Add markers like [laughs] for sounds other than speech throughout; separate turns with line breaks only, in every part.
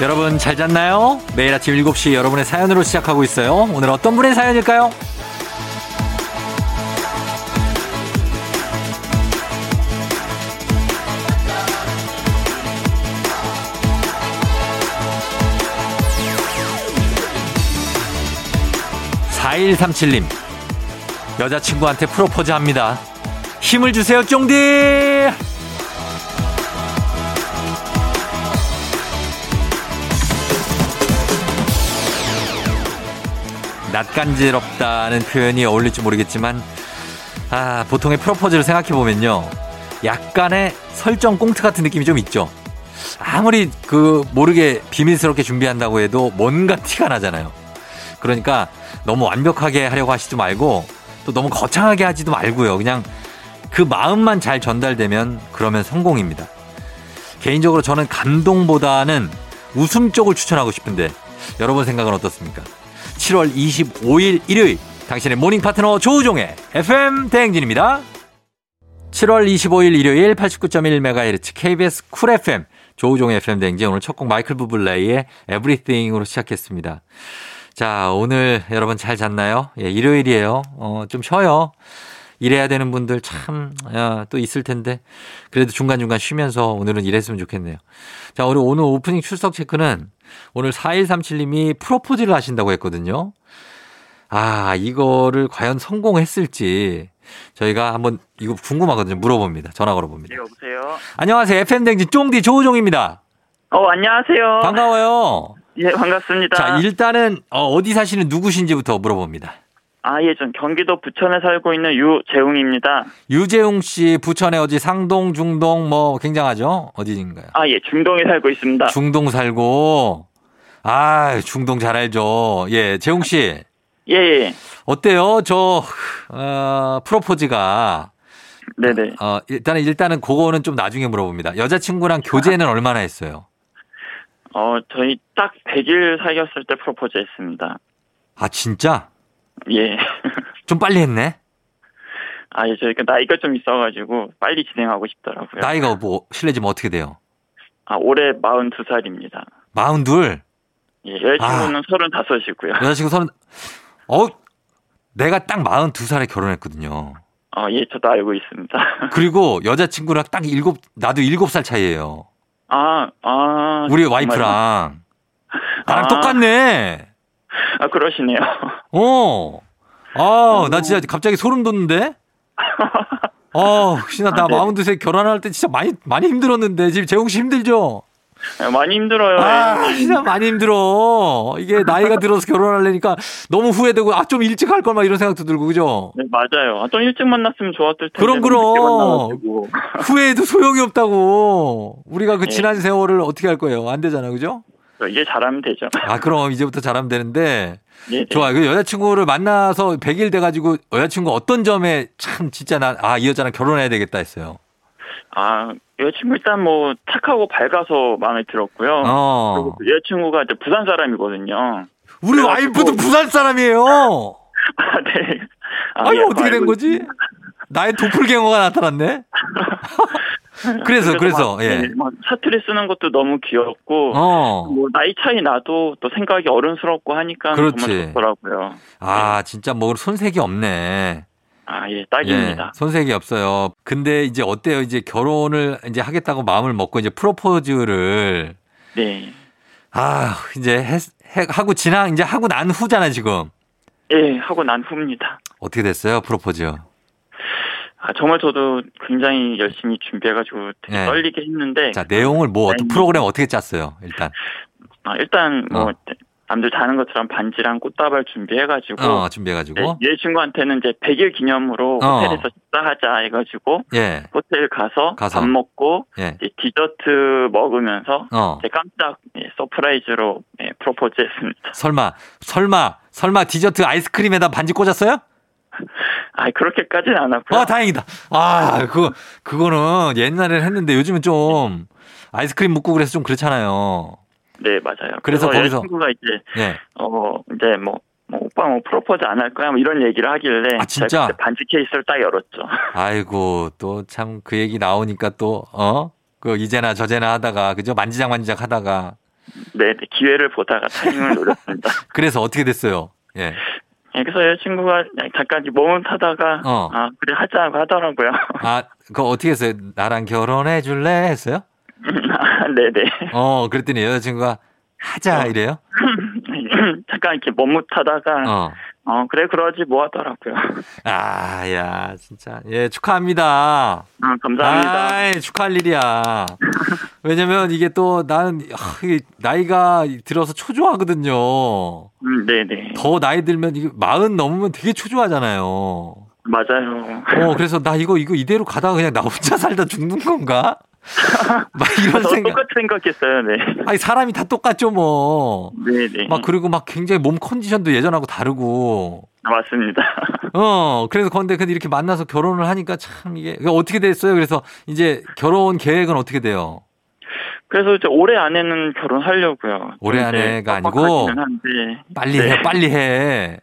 여러분 잘 잤나요? 매일 아침 7시 여러분의 사연으로 시작하고 있어요. 오늘 어떤 분의 사연일까요? 4137님. 여자친구한테 프로포즈 합니다. 힘을 주세요, 쫑디! 낯간지럽다는 표현이 어울릴지 모르겠지만, 아, 보통의 프로포즈를 생각해보면요. 약간의 설정 꽁트 같은 느낌이 좀 있죠. 아무리 그 모르게 비밀스럽게 준비한다고 해도 뭔가 티가 나잖아요. 그러니까 너무 완벽하게 하려고 하시지 말고 또 너무 거창하게 하지도 말고요. 그냥 그 마음만 잘 전달되면 그러면 성공입니다. 개인적으로 저는 감동보다는 웃음 쪽을 추천하고 싶은데 여러분 생각은 어떻습니까? 7월 25일 일요일 당신의 모닝 파트너 조우종의 FM 대행진입니다. 7월 25일 일요일 89.1MHz KBS 쿨 FM 조우종의 FM 대행진 오늘 첫 곡 마이클 부블레이의 Everything으로 시작했습니다. 자, 오늘 여러분 잘 잤나요? 예, 일요일이에요. 어, 좀 쉬어요. 일해야 되는 분들 참, 야, 또 있을 텐데. 그래도 중간중간 쉬면서 오늘은 일했으면 좋겠네요. 자, 오늘, 오늘 오프닝 출석 체크는 오늘 4137님이 프로포즈를 하신다고 했거든요. 아, 이거를 과연 성공했을지 저희가 한번 이거 궁금하거든요. 물어봅니다. 전화 걸어봅니다.
네, 여보세요.
안녕하세요. FM댕진 쫑디 조우종입니다.
어, 안녕하세요.
반가워요.
예, 반갑습니다.
자, 일단은 어, 어디 사시는 누구신지부터 물어봅니다.
아, 예, 전 경기도 부천에 살고 있는 유재웅입니다.
유재웅 씨 부천에 어디 상동 중동 뭐 굉장하죠 어디인가요?
아, 예, 중동에 살고 있습니다.
중동 살고 아 중동 잘 알죠 예 재웅 씨
예, 예.
어때요 저 어, 프로포즈가
네네.
어, 일단은 일단은 그거는 좀 나중에 물어봅니다 여자친구랑 교제는 얼마나 했어요?
어, 저희 딱 100일 사귀었을 때 프로포즈 했습니다.
아 진짜
예. [laughs]
좀 빨리 했네
아, 예, 저희가 나이가 좀 있어가지고 빨리 진행하고 싶더라고요.
나이가 뭐 실례지만 어떻게 돼요?
아, 올해 42살입니다.
마흔둘
예,
아.
여자친구는 35이고요.
여자친구 서른 어 내가 딱 마흔두 살에 결혼했거든요.
어, 예, 저도 알고 있습니다. [laughs]
그리고 여자친구랑 딱 일곱 나도 일곱 살 차이예요.
아, 아.
우리
정말요?
와이프랑 나랑
아.
똑같네.
아, 그러시네요. [laughs]
어. 아, 나 진짜 갑자기 소름
[laughs]
돋는데? 어, 혹시나 나
아, 네.
마흔두 세 결혼할 때 진짜 많이 많이 힘들었는데 지금 재웅 씨 힘들죠?
많이 힘들어요.
아,
예.
진짜 많이 힘들어. 이게 나이가 들어서 결혼하려니까 너무 후회되고 아 좀 일찍 할 걸 막 이런 생각도 들고 그죠?
네, 맞아요. 아, 좀 일찍 만났으면 좋았을 텐데.
그럼,
너무 늦게
그럼.
만나가지고. [laughs]
후회해도 소용이 없다고. 우리가 그
네.
지난 세월을 어떻게 할 거예요? 안 되잖아, 그죠?
그래서 이제 잘하면 되죠.
아, 그럼 이제부터 잘하면 되는데.
예, 예.
좋아. 그 여자친구를 만나서 100일 돼가지고 여자친구 어떤 점에 참 진짜 난, 아, 이 여자랑 결혼해야 되겠다 했어요.
아, 여자친구 일단 뭐 착하고 밝아서 마음에 들었고요.
어.
그리고 그 여자친구가 이제 부산 사람이거든요. [laughs]
우리
그래가지고-
와이프도 부산 사람이에요.
아, 네. 아,
아유,
예,
어떻게 된
알고
거지?
있습니다.
나의 도플갱어가
[laughs]
나타났네? 그래서, 그래서,
막,
예.
네, 막 사투리 쓰는 것도 너무 귀엽고.
어.
뭐 나이 차이 나도 또 생각이 어른스럽고 하니까
그렇지.
정말 좋더라고요.
아, 진짜 뭐 손색이 없네.
아, 예,
예.
딱입니다.
손색이 없어요. 근데 이제 어때요? 이제 결혼을 이제 하겠다고 마음을 먹고 이제 프로포즈를
네.
아, 이제 했, 해- 하고 지나 이제 하고 난 후잖아, 지금.
예, 하고 난 후입니다.
어떻게 됐어요? 프로포즈.
아, 정말 저도 굉장히 열심히 준비해가지고 되게
네.
떨리게 했는데,
자 내용을 뭐 어떤
아니.
프로그램 어떻게 짰어요 일단
아, 일단 뭐,
어.
남들 자는 것처럼 반지랑 꽃다발 준비해가지고,
어 준비해가지고
예, 친구한테는 이제 100일 기념으로
어.
호텔에서 식사하자 해가지고,
예예
호텔 가서,
가서.
밥 먹고, 이제 디저트 먹으면서,
어
이제 깜짝 예, 서프라이즈로 예, 프로포즈 했습니다.
설마 설마 설마 디저트 아이스크림에다 반지 꽂았어요?
아, 그렇게까지는 안 하고요.
아 다행이다 아 그거 그거는 옛날에 했는데 요즘은 좀 아이스크림 묶고 그래서 좀 그렇잖아요
네, 맞아요.
그래서 거기서-
여자친구가 이제,
예
어, 이제 뭐, 뭐 오빠 뭐 프로포즈 안 할 거야 뭐 이런 얘기를 하길래
아, 진짜?
제가 그때 반지 케이스를 딱 열었죠. [laughs]
아이고 또 참 그 얘기 나오니까 또 어 그 이제나 저제나 하다가 그죠 만지작 만지작 하다가
네, 네, 기회를 보다가 타이밍을
[laughs]
노렸습니다.
그래서 어떻게 됐어요? 예.
예, 그래서 여자친구가 잠깐 머뭇하다가
어.
아 그래 하자고 하더라고요.
아, 그거 어떻게 했어요? 나랑 결혼해 줄래? 했어요?
[laughs] 아, 네네. [laughs]
어, 그랬더니 여자친구가
어.
하자 이래요?
잠깐 이렇게 머뭇하다가 어.
어.
그래 그러지 뭐 하더라고요.
아, 야, 진짜. 예, 축하합니다.
아, 감사합니다.
아이, 축하할 일이야. 왜냐면 이게 또 나는 아, 이게 나이가 들어서 초조하거든요.
음, 네네.
더 나이 들면 이게 마흔 넘으면 되게 초조하잖아요. 어, [laughs]
맞아요.
그래서 나 이거 이거 이대로 가다가 그냥 나 혼자 살다 죽는 건가? 막 이런
저
생각.
똑같이 생각했어요. 네.
아니 사람이 다 똑같죠 뭐.
네네.
막 그리고 막 굉장히 몸 컨디션도 예전하고 다르고.
아, 맞습니다.
어, 그래서 근데 근데 이렇게 만나서 결혼을 하니까 참 이게 그러니까 어떻게 됐어요? 그래서 이제 결혼 계획은 어떻게 돼요?
그래서 이제 올해 안에는 결혼하려고요.
올해
좀 이제
안에가 아니고?
빡빡하기는 한데, [laughs]
빨리
네.
해, 빨리 해.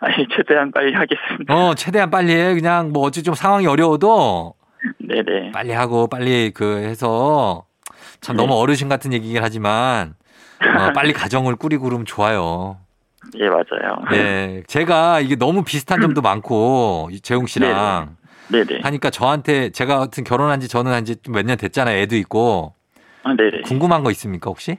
아니 최대한 빨리 하겠습니다.
어, 최대한 빨리 해. 그냥 뭐 어찌 좀 상황이 어려워도
[laughs] 네네.
빨리 하고 빨리 그 해서 참
네.
너무 어르신 같은 얘기긴 하지만 어, 빨리 가정을 꾸리고 그러면 좋아요.
예 맞아요.
예. 제가 이게 너무 비슷한 점도 많고 이 재용 씨랑
네네.
하니까 저한테 제가 같은 결혼한 지 저는 한 지 몇 년 됐잖아요. 애도 있고
아, 네네.
궁금한 거 있습니까 혹시?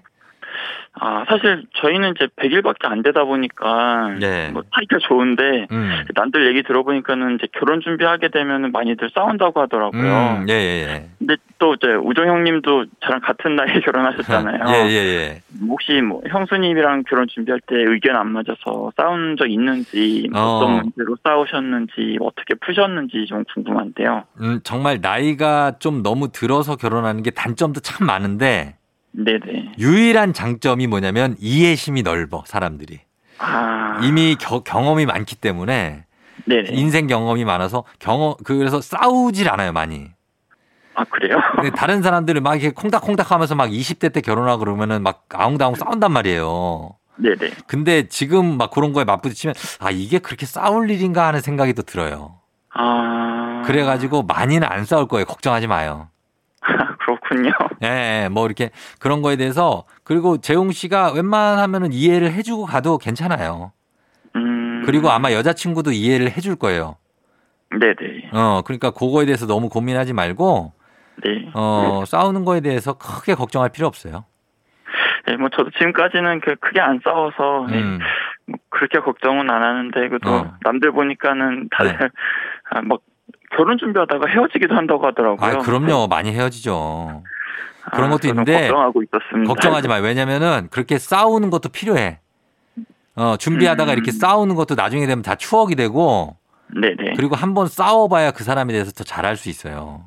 아 사실 저희는 이제 100일밖에 안 되다 보니까
네.
뭐 타이틀 좋은데
음.
남들 얘기 들어보니까는 이제 결혼 준비하게 되면 많이들 싸운다고 하더라고요.
음, 예, 예,
근데 또 이제 우정 형님도 저랑 같은 나이에 [laughs]
예.
결혼하셨잖아요.
예, 예, 예.
혹시 뭐 형수님이랑 결혼 준비할 때 의견 안 맞아서 싸운 적 있는지
어.
어. 떤 문제로 싸우셨는지 뭐 어떻게 푸셨는지 좀 궁금한데요.
음, 정말 나이가 좀 너무 들어서 결혼하는 게 단점도 참 많은데
네네.
유일한 장점이 뭐냐면 이해심이 넓어 사람들이
아
이미 겨- 경험이 많기 때문에
네네.
인생 경험이 많아서 경험 그래서 싸우질 않아요 많이.
아 그래요? [laughs]
근데 다른 사람들은 막 이렇게 콩닥콩닥하면서 막 20대 때 결혼하고 그러면은 막 아웅다웅 싸운단 말이에요.
네네.
근데 지금 막 그런 거에 맞부딪히면 아 이게 그렇게 싸울 일인가 하는 생각이 또 들어요.
아
그래가지고 많이는 안 싸울 거예요. 걱정하지 마요.
[laughs] 그렇군요.
예, 예, 뭐 이렇게 그런 거에 대해서 그리고 재용 씨가 웬만하면은 이해를 해주고 가도 괜찮아요.
음
그리고 아마 여자친구도 이해를 해줄 거예요.
네네.
어, 그러니까 그거에 대해서 너무 고민하지 말고
네.
어 싸우는 거에 대해서 크게 걱정할 필요 없어요.
네, 뭐 저도 지금까지는 그 크게 안 싸워서 네,
음.
뭐 그렇게 걱정은 안 하는데 그래도
어.
남들 보니까는 다들
네.
아, 막 결혼 준비하다가 헤어지기도 한다고 하더라고요. 네.
아, 그럼요. 많이 헤어지죠. 그런
아,
것도
저는
있는데
걱정하고 있었습니다.
걱정하지 마요. 왜냐면은 그렇게 싸우는 것도 필요해. 어, 준비하다가
음.
이렇게 싸우는 것도 나중에 되면 다 추억이 되고
네네.
그리고 한번 싸워봐야 그 사람에 대해서 더 잘할 수 있어요.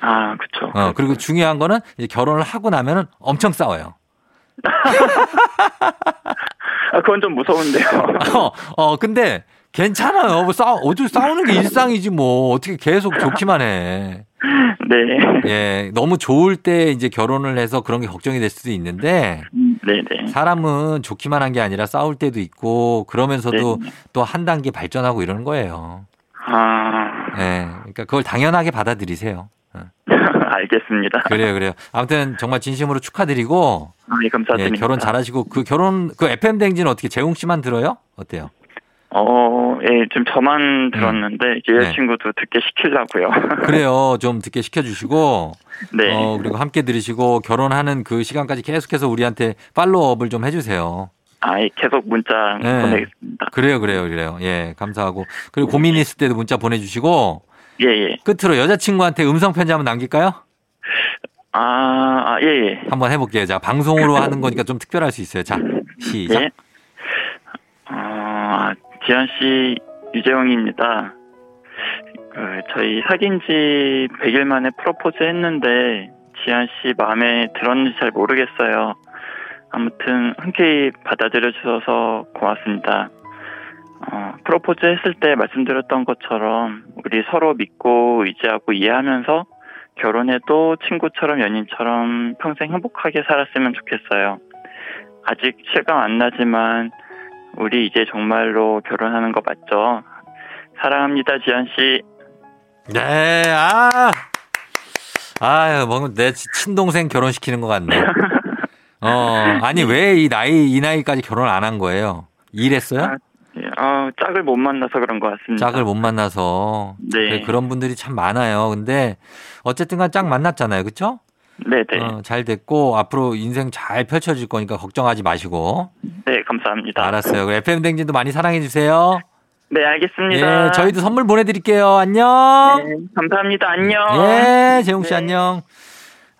아, 그쵸.
어, 그리고 중요한 거는 이제 결혼을 하고 나면은 엄청 싸워요.
아, 그건 좀 무서운데요. [laughs]
어, 어, 근데 괜찮아요. 뭐 싸우, 어차피 싸우는 게 일상이지 뭐 어떻게 계속 좋기만 해.
네.
예, 너무 좋을 때 이제 결혼을 해서 그런 게 걱정이 될 수도 있는데
네네.
사람은 좋기만 한 게 아니라 싸울 때도 있고 그러면서도
네.
또 한 단계 발전하고 이러는 거예요.
아, [laughs]
예. 그러니까 그걸 당연하게 받아들이세요. 어,
알겠습니다.
그래요, 그래요. 아무튼 정말 진심으로 축하드리고
아, 예,
예,
감사드립니다.
결혼 잘하시고 그 결혼 그 FM 댕진 어떻게 재웅 씨만 들어요? 어때요?
어, 예, 지금
음.
저만 들었는데,
네.
이제 여자친구도 듣게 시키려고요. [laughs]
그래요. 좀 듣게 시켜주시고
네.
어, 그리고 함께 들으시고 결혼하는 그 시간까지 계속해서 우리한테 팔로우업을 좀 해주세요.
아, 예, 계속 문자
네.
보내겠습니다.
그래요, 그래요, 그래요. 예, 감사하고 그리고 고민 있을 때도 문자 보내주시고
예, 예.
끝으로 여자친구한테 음성 편지 한번 남길까요?
아, 아, 예, 예.
한번 해볼게요. 자, 방송으로 하는 거니까 좀 특별할 수 있어요. 자, 시작.
예. 어, 아, 지현 씨, 유재영입니다. 그, 저희 사귄 지 100일 만에 프로포즈 했는데, 지현 씨 마음에 들었는지 잘 모르겠어요. 아무튼, 흔쾌히 받아들여주셔서 고맙습니다. 어, 프로포즈 했을 때 말씀드렸던 것처럼, 우리 서로 믿고 의지하고 이해하면서, 결혼해도 친구처럼 연인처럼 평생 행복하게 살았으면 좋겠어요. 아직 실감 안 나지만 우리 이제 정말로 결혼하는 거 맞죠? 사랑합니다, 지현 씨.
네, 아. 아유, 뭔가 내 치- 친동생 결혼시키는 것 같네. 어, 아니 왜 이 나이 이 나이까지 결혼 안 한 거예요? 일했어요?
아, 예, 아, 짝을 못 만나서 그런 것 같습니다.
짝을 못 만나서
음. 네.
그래, 그런 분들이 참 많아요. 근데 어쨌든간 짝 만났잖아요, 그렇죠?
네네.
잘 됐고 앞으로 인생 잘 펼쳐질 거니까 걱정하지 마시고.
네, 감사합니다.
알았어요. 그럼 FM 댕진도 많이 사랑해 주세요.
네, 알겠습니다.
예, 저희도 선물 보내드릴게요. 안녕.
네, 감사합니다. 안녕.
예, 재용 씨
네.
안녕.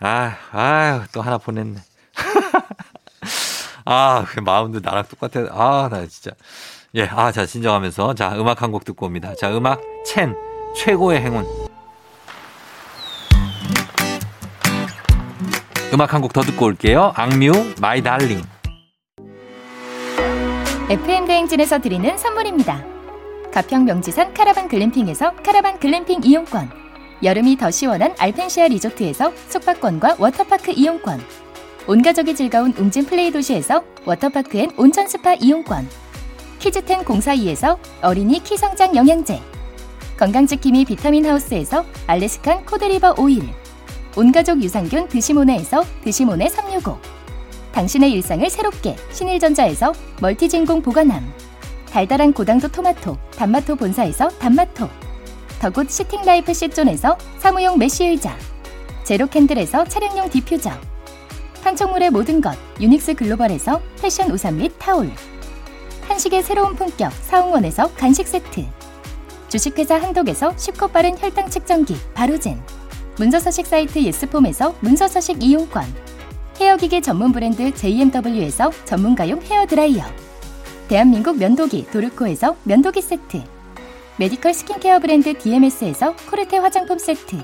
아, 아유, 또 하나 보냈네. [laughs] 아, 그 마음도 나랑 똑같아. 아, 나 진짜. 예, 아, 자, 진정하면서. 자, 음악 한 곡 듣고 옵니다. 자, 음악, 첸, 최고의 행운. 음악 한 곡 더 듣고 올게요. 악뮤, 마이 달링.
FM 대행진에서 드리는 선물입니다. 가평 명지산 카라반 글램핑에서 카라반 글램핑 이용권, 여름이 더 시원한 알펜시아 리조트에서 숙박권과 워터파크 이용권, 온가족이 즐거운 웅진 플레이 도시에서 워터파크엔 온천 스파 이용권, 키즈텐 공사이에서 어린이 키 성장 영양제, 건강지킴이 비타민 하우스에서 알래스칸 코드리버 오일, 온가족 유산균 드시모네에서 드시모네 365. 당신의 일상을 새롭게 신일전자에서 멀티진공 보관함 달달한 고당도 토마토 단마토 본사에서 단마토 더굿 시팅라이프 시존에서 사무용 메쉬 의자 제로캔들에서 차량용 디퓨저 판촉물의 모든 것 유닉스 글로벌에서 패션 우산 및 타올 한식의 새로운 품격 사홍원에서 간식 세트 주식회사 한독에서 쉽고 빠른 혈당 측정기 바로젠 문서서식 사이트 예스폼에서 문서서식 이용권 헤어기계 전문 브랜드 JMW에서 전문가용 헤어드라이어 대한민국 면도기 도르코에서 면도기 세트 메디컬 스킨케어 브랜드 DMS에서 코르테 화장품 세트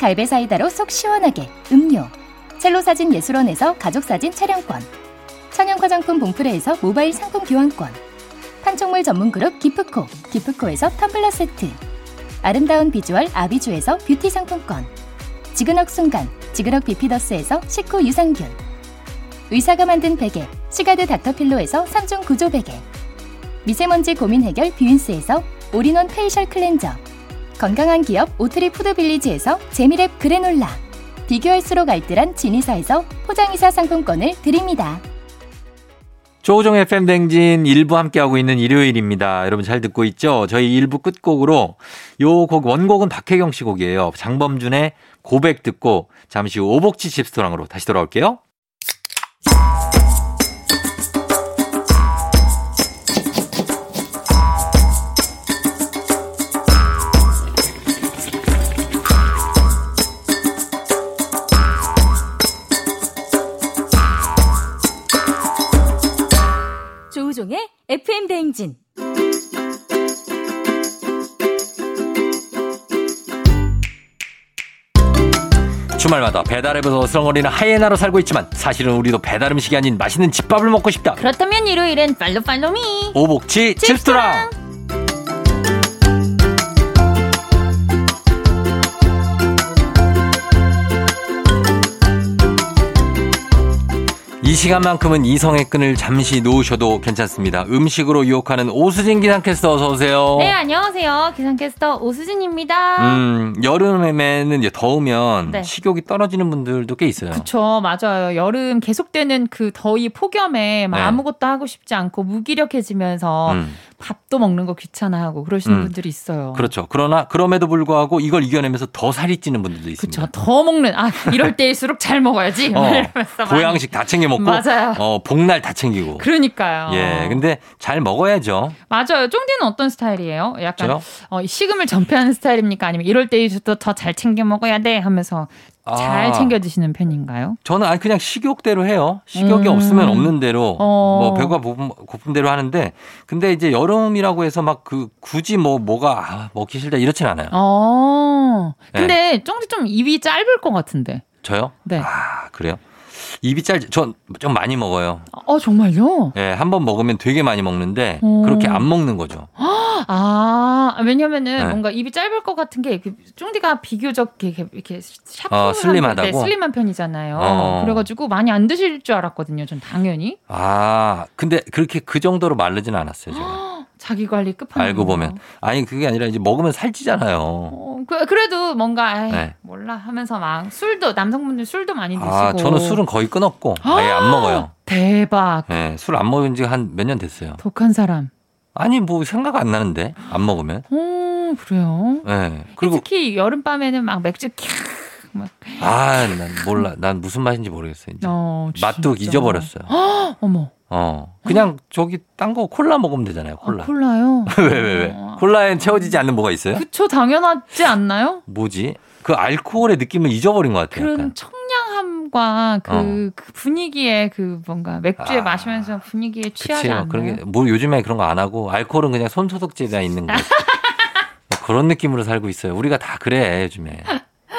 갈베 사이다로 속 시원하게 음료 첼로 사진 예술원에서 가족사진 촬영권 천연 화장품 봉프레에서 모바일 상품 교환권 판촉물 전문 그룹 기프코 기프코에서 텀블러 세트 아름다운 비주얼 아비주에서 뷰티 상품권 지그넉 순간 지그넉 비피더스에서 식후 유산균 의사가 만든 베개 시가드 닥터필로에서 3중 구조 베개 미세먼지 고민 해결 뷰인스에서 올인원 페이셜 클렌저 건강한 기업 오트리 푸드빌리지에서 재미랩 그래놀라 비교할수록 알뜰한 진이사에서 포장이사 상품권을 드립니다.
조우종 FM 댕진 1부 함께하고 있는 일요일입니다. 여러분 잘 듣고 있죠? 저희 1부 끝곡으로 요 곡 원곡은 박혜경 씨 곡이에요. 장범준의 고백 듣고 잠시 후 오복치 집스토랑으로 다시 돌아올게요.
조우종의 FM 대행진.
주말마다 배달앱에서 으렁거리는 하이에나로 살고 있지만 사실은 우리도 배달 음식이 아닌 맛있는 집밥을 먹고 싶다.
그렇다면 일요일엔 팔로 팔로미.
오복치 집스토랑! 이 시간만큼은 이성의 끈을 잠시 놓으셔도 괜찮습니다. 음식으로 유혹하는 오수진 기상캐스터 어서 오세요.
네 안녕하세요 기상캐스터 오수진입니다.
음, 여름에는 이제 더우면
네.
식욕이 떨어지는 분들도 꽤 있어요.
그쵸, 맞아요. 여름 계속되는 그 더위 폭염에 막
네.
아무것도 하고 싶지 않고 무기력해지면서
음,
밥도 먹는 거 귀찮아하고 그러시는
음.
분들이 있어요.
그렇죠. 그러나 그럼에도 불구하고 이걸 이겨내면서 더 살이 찌는 분들도 있습니다.
그쵸. 더 먹는, 아,
[laughs]
이럴 때일수록 잘 먹어야지.
어,
이러면서 많이-
보양식 다 챙겨 먹고
맞아요.
어, 복날 다 챙기고.
그러니까요.
예. 근데 잘 먹어야죠.
맞아요. 쫑디는 어떤 스타일이에요? 약간
그렇죠?
어, 이 식음을 전폐하는 스타일입니까? 아니면 이럴 때일수록 더 잘 챙겨 먹어야 돼 하면서
아,
잘 챙겨 드시는 편인가요?
저는 아니 그냥 식욕대로 해요. 식욕이
음.
없으면 없는 대로
어.
뭐 배가 고픈, 고픈 대로 하는데 근데 이제 여름이라고 해서 막 그 굳이 뭐 뭐가 아, 먹기 싫다 이렇진 않아요.
어. 근데
네.
쫑디 좀 입이 짧을 것 같은데.
저요?
네.
아, 그래요? 입이 짧지. 전 좀 많이 먹어요.
어, 정말요?
예, 한 번 먹으면 되게 많이 먹는데
오.
그렇게 안 먹는 거죠.
아, 왜냐면은
네.
뭔가 입이 짧을 것 같은 게그 쫑디가 비교적 이렇게, 이렇게 샤프 네,
어, 슬림하다고?
슬림한 편이잖아요.
어.
그래가지고 많이 안 드실 줄 알았거든요. 전 당연히
아, 근데 그렇게 그 정도로 마르진 않았어요, 제가.
자기 관리 끝판왕.
알고 보면. 아니, 그게 아니라 이제 먹으면 살찌잖아요.
어, 그, 그래도 뭔가 에이,
네.
몰라 하면서 막 술도 남성분들 술도 많이 드시고.
아, 저는 술은 거의 끊었고 아예 안 먹어요.
대박.
예, 술 안 먹은 지 한 몇 년 됐어요.
독한 사람.
아니, 뭐 생각 안 나는데. 안 먹으면.
오 그래요.
예. 그리고
특히 여름밤에는 막 맥주 캬.
아, 난 몰라. 난 무슨 맛인지 모르겠어. 이제.
어,
맛도
진짜.
잊어버렸어요.
어머.
어. 그냥 저기 딴 거 콜라 먹으면 되잖아요.
콜라.
콜라.
아, 콜라요?
[laughs] 왜, 왜, 왜?
어.
콜라엔 채워지지 않는 뭐가 있어요?
그쵸 당연하지 않나요?
뭐지? 그 알코올의 느낌을 잊어버린 것 같아요.
그런
약간.
청량함과 그,
어.
그 분위기에 그 뭔가 맥주에
아.
마시면서 분위기에 취하지
그치요.
않나요?
그런 게, 뭐 요즘에 그런 거 안 하고, 알코올은 그냥 손소독제가 있는
[laughs]
거. 뭐 그런 느낌으로 살고 있어요. 우리가 다 그래, 요즘에.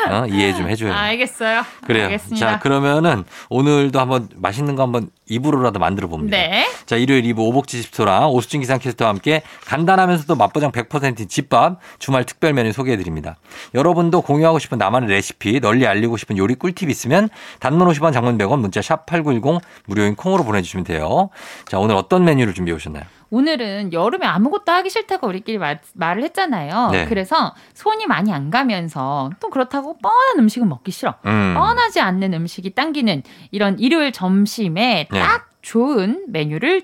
어? 이해 좀 해줘요.
알겠어요.
그래요.
아, 알겠습니다.
자, 그러면은 오늘도 한번 맛있는 거 한번 입으로라도 만들어 봅니다.
네.
자, 일요일 2부 오복지 집소랑 오수진 기상캐스터와 함께 간단하면서도 맛보장 100%인 집밥 주말 특별 메뉴 소개해 드립니다. 여러분도 공유하고 싶은 나만의 레시피, 널리 알리고 싶은 요리 꿀팁 있으면 단문 50원 장문 100원 문자 샵 8910 무료인 콩으로 보내주시면 돼요. 자, 오늘 어떤 메뉴를 준비해 오셨나요?
오늘은 여름에 아무것도 하기 싫다고 우리끼리 말, 말을 했잖아요.
네.
그래서 손이 많이 안 가면서 또 그렇다고 뻔한 음식은 먹기 싫어.
음.
뻔하지 않는 음식이 당기는 이런 일요일 점심에
네.
딱 좋은 메뉴를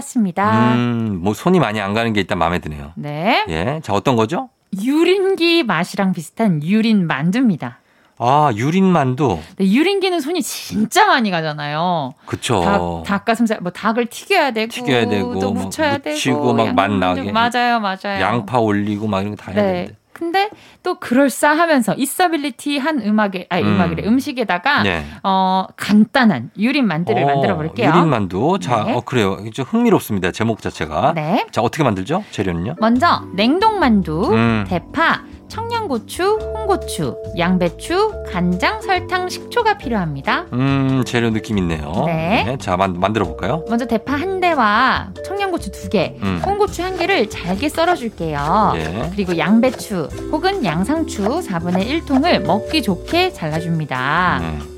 준비해봤습니다.
음, 뭐 손이 많이 안 가는 게 일단 마음에 드네요.
네.
예. 자, 어떤 거죠?
유린기 맛이랑 비슷한 유린 만두입니다.
아, 유린만두.
근데 유린기는 손이 진짜 많이 가잖아요.
그쵸.
닭, 닭가슴살, 뭐 닭을 튀겨야 되고,
어. 튀겨야 되고,
또
막
무쳐야 되고,
무치고 막
양념
맛나게.
맞아요, 맞아요.
양파 올리고 막 이런 거 다 해야 되는데.
네. 근데 또 그럴싸하면서 있어빌리티한 음악에, 아니
음.
음악이래 음식에다가
예.
어 간단한 유린 만두를
어,
만들어 볼게요.
유린만두. 자,
네.
어, 그래요. 좀 흥미롭습니다. 제목 자체가.
네.
자, 어떻게 만들죠? 재료는요?
먼저 냉동 만두,
음.
대파, 청양고추, 홍고추, 양배추, 간장, 설탕, 식초가 필요합니다.
음, 재료 느낌 있네요.
네.
자, 만, 만들어 볼까요?
먼저 대파 한 대와 청양고추 두 개,
음.
홍고추 한 개를 잘게 썰어줄게요.
예.
그리고 양배추 혹은 양상추 4분의 1통을 먹기 좋게 잘라줍니다.
음.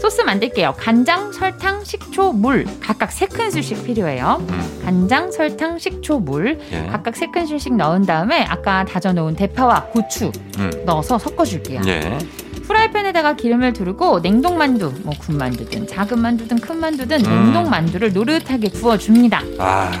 소스 만들게요. 간장, 설탕, 식초, 물 각각 3큰술씩 필요해요.
음.
간장, 설탕, 식초, 물
예.
각각 3큰술씩 넣은 다음에 아까 다져놓은 대파와 고추
음.
넣어서 섞어줄게요.
예.
프라이팬에다가 기름을 두르고 냉동만두, 뭐 군만두든 작은 만두든 큰
음.
만두든 냉동만두를 노릇하게 구워줍니다.
아,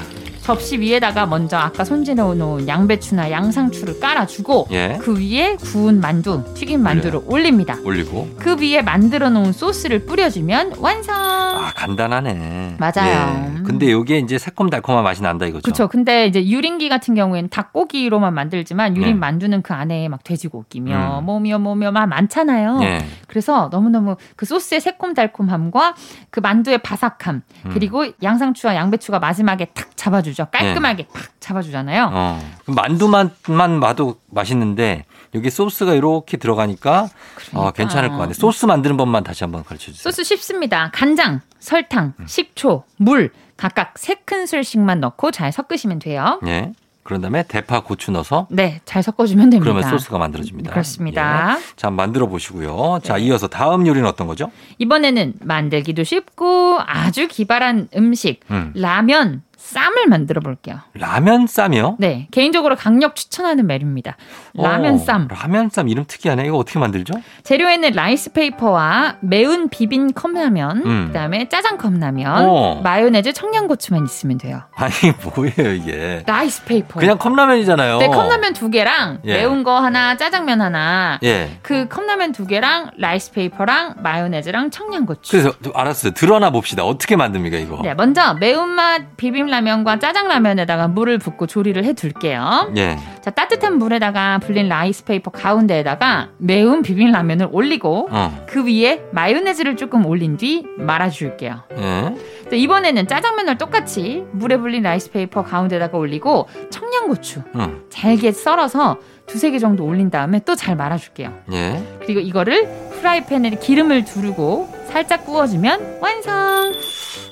접시 위에다가 먼저 아까 손질해 놓은 양배추나 양상추를 깔아주고
예.
그 위에 구운 만두, 튀긴 만두를 올립니다.
올리고.
그 위에 만들어 놓은 소스를 뿌려주면 완성.
아, 간단하네.
맞아요. 음.
예. 근데 요게 이제 새콤달콤한 맛이 난다 이거죠.
그렇죠. 근데 이제 유린기 같은 경우에는 닭고기로만 만들지만
네.
유린 만두는 그 안에 막 돼지고기며
음.
뭐며 뭐며 막 많잖아요.
예.
그래서 너무너무 그 소스의 새콤달콤함과 그 만두의 바삭함
음. 네.
그리고 양상추와 양배추가 마지막에 탁 잡아주죠. 깔끔하게 탁 잡아주잖아요.
어. 그럼 만두만 봐도 맛있는데 여기 소스가 이렇게 들어가니까 아,
그러니까.
괜찮을 것 같네. 소스 만드는 법만 다시 한번 가르쳐 주세요.
소스 쉽습니다. 간장, 설탕,
음.
식초, 물 각각 세 큰술씩만 넣고 잘 섞으시면 돼요.
예. 그런 다음에 대파 고추 넣어서
네, 잘 섞어주면 됩니다.
그러면 소스가 만들어집니다. 예.
그렇습니다. 네.
자, 만들어 보시고요. 자, 이어서 다음 요리는 어떤 거죠?
이번에는 만들기도 쉽고 아주 기발한 음식
음.
라면 쌈을 만들어 볼게요.
라면 쌈이요?
네, 개인적으로 강력 추천하는 메뉴입니다.
어,
네. 라면 쌈.
라면 쌈 이름 특이하네. 이거 어떻게 만들죠? [laughs]
재료에는 라이스 페이퍼와 매운 비빔 컵라면,
음.
그다음에 짜장 컵라면,
어.
마요네즈, 청양고추만 있으면 돼요.
아니, 뭐예요, 이게?
라이스 페이퍼.
그냥 컵라면이잖아요.
뭐. 네, 컵라면 두 개랑
예.
매운 거 하나, 짜장면 하나.
예.
그 컵라면 두 개랑 라이스 페이퍼랑 마요네즈랑 청양고추.
그래서 또 알았어요. 드러나 봅시다. 어떻게 만듭니까, 이거?
네, 먼저 매운맛 비빔라면과 짜장라면에다가 물을 붓고 조리를 해 둘게요.
예.
자, 따뜻한 물에다가 불린 라이스 페이퍼 가운데에다가 매운 비빔라면을 올리고
어.
그 위에 마요네즈를 조금 올린 뒤 말아 줄게요.
예.
또 이번에는 짜장면을 똑같이 물에 불린 라이스 페이퍼 가운데다가 올리고 청양고추
응.
잘게 썰어서 두세 개 정도 올린 다음에 또 잘 말아 줄게요.
예.
그리고 이거를 프라이팬에 기름을 두르고 살짝 구워주면 완성.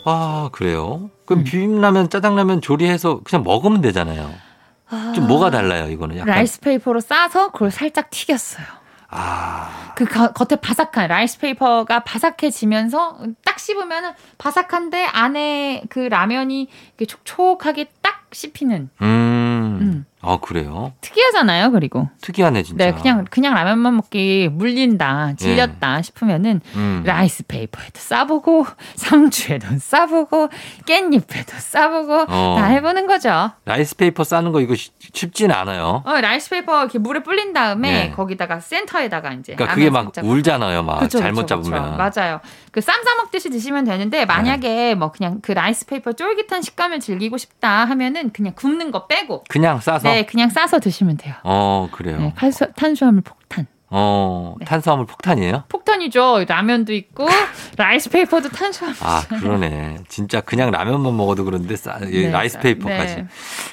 아, 그래요. 그럼
음.
비빔라면, 짜장라면 조리해서 그냥 먹으면 되잖아요. 좀 뭐가 달라요, 이거는? 약간
라이스 페이퍼로 싸서 그걸 살짝 튀겼어요.
아.
그 가- 겉에 바삭한 라이스 페이퍼가 바삭해지면서 딱 씹으면 바삭한데 안에 그 라면이 이렇게 촉촉하게 딱 싹 씹히는.
음.
음.
아, 그래요?
특이하잖아요. 그리고
특이하네, 진짜.
네 그냥 그냥 라면만 먹기 물린다 질렸다 싶으면은
예. 음.
라이스 페이퍼에도 싸보고 [laughs] 상추에도 싸보고 깻잎에도 싸보고
어.
다 해보는 거죠.
라이스 페이퍼 싸는 거 이거 쉽- 쉽진 않아요.
어, 라이스 페이퍼 이렇게 물에 불린 다음에
예.
거기다가 센터에다가 이제
그러니까 그게
라면
막
살짝-
울잖아요, 막
네, 그쵸,
잘못
그쵸, 그쵸.
잡으면.
맞아요. 그 쌈 싸 먹듯이 드시면 되는데 만약에
네.
뭐 그냥 그 라이스 페이퍼 쫄깃한 식감을 즐기고 싶다 하면은 그냥 굽는 거 빼고
그냥 싸서.
네 그냥 싸서 드시면 돼요.
어, 그래요.
네, 탄수, 탄수화물 폭탄.
어,
네.
탄수화물 폭탄이에요?
폭탄이죠. 라면도 [laughs] 있고 라이스 페이퍼도 탄수화물.
아,
[laughs]
그러네. 진짜 그냥 라면만 먹어도 그런데 싸, 이
네,
라이스
싸-
페이퍼까지.
네.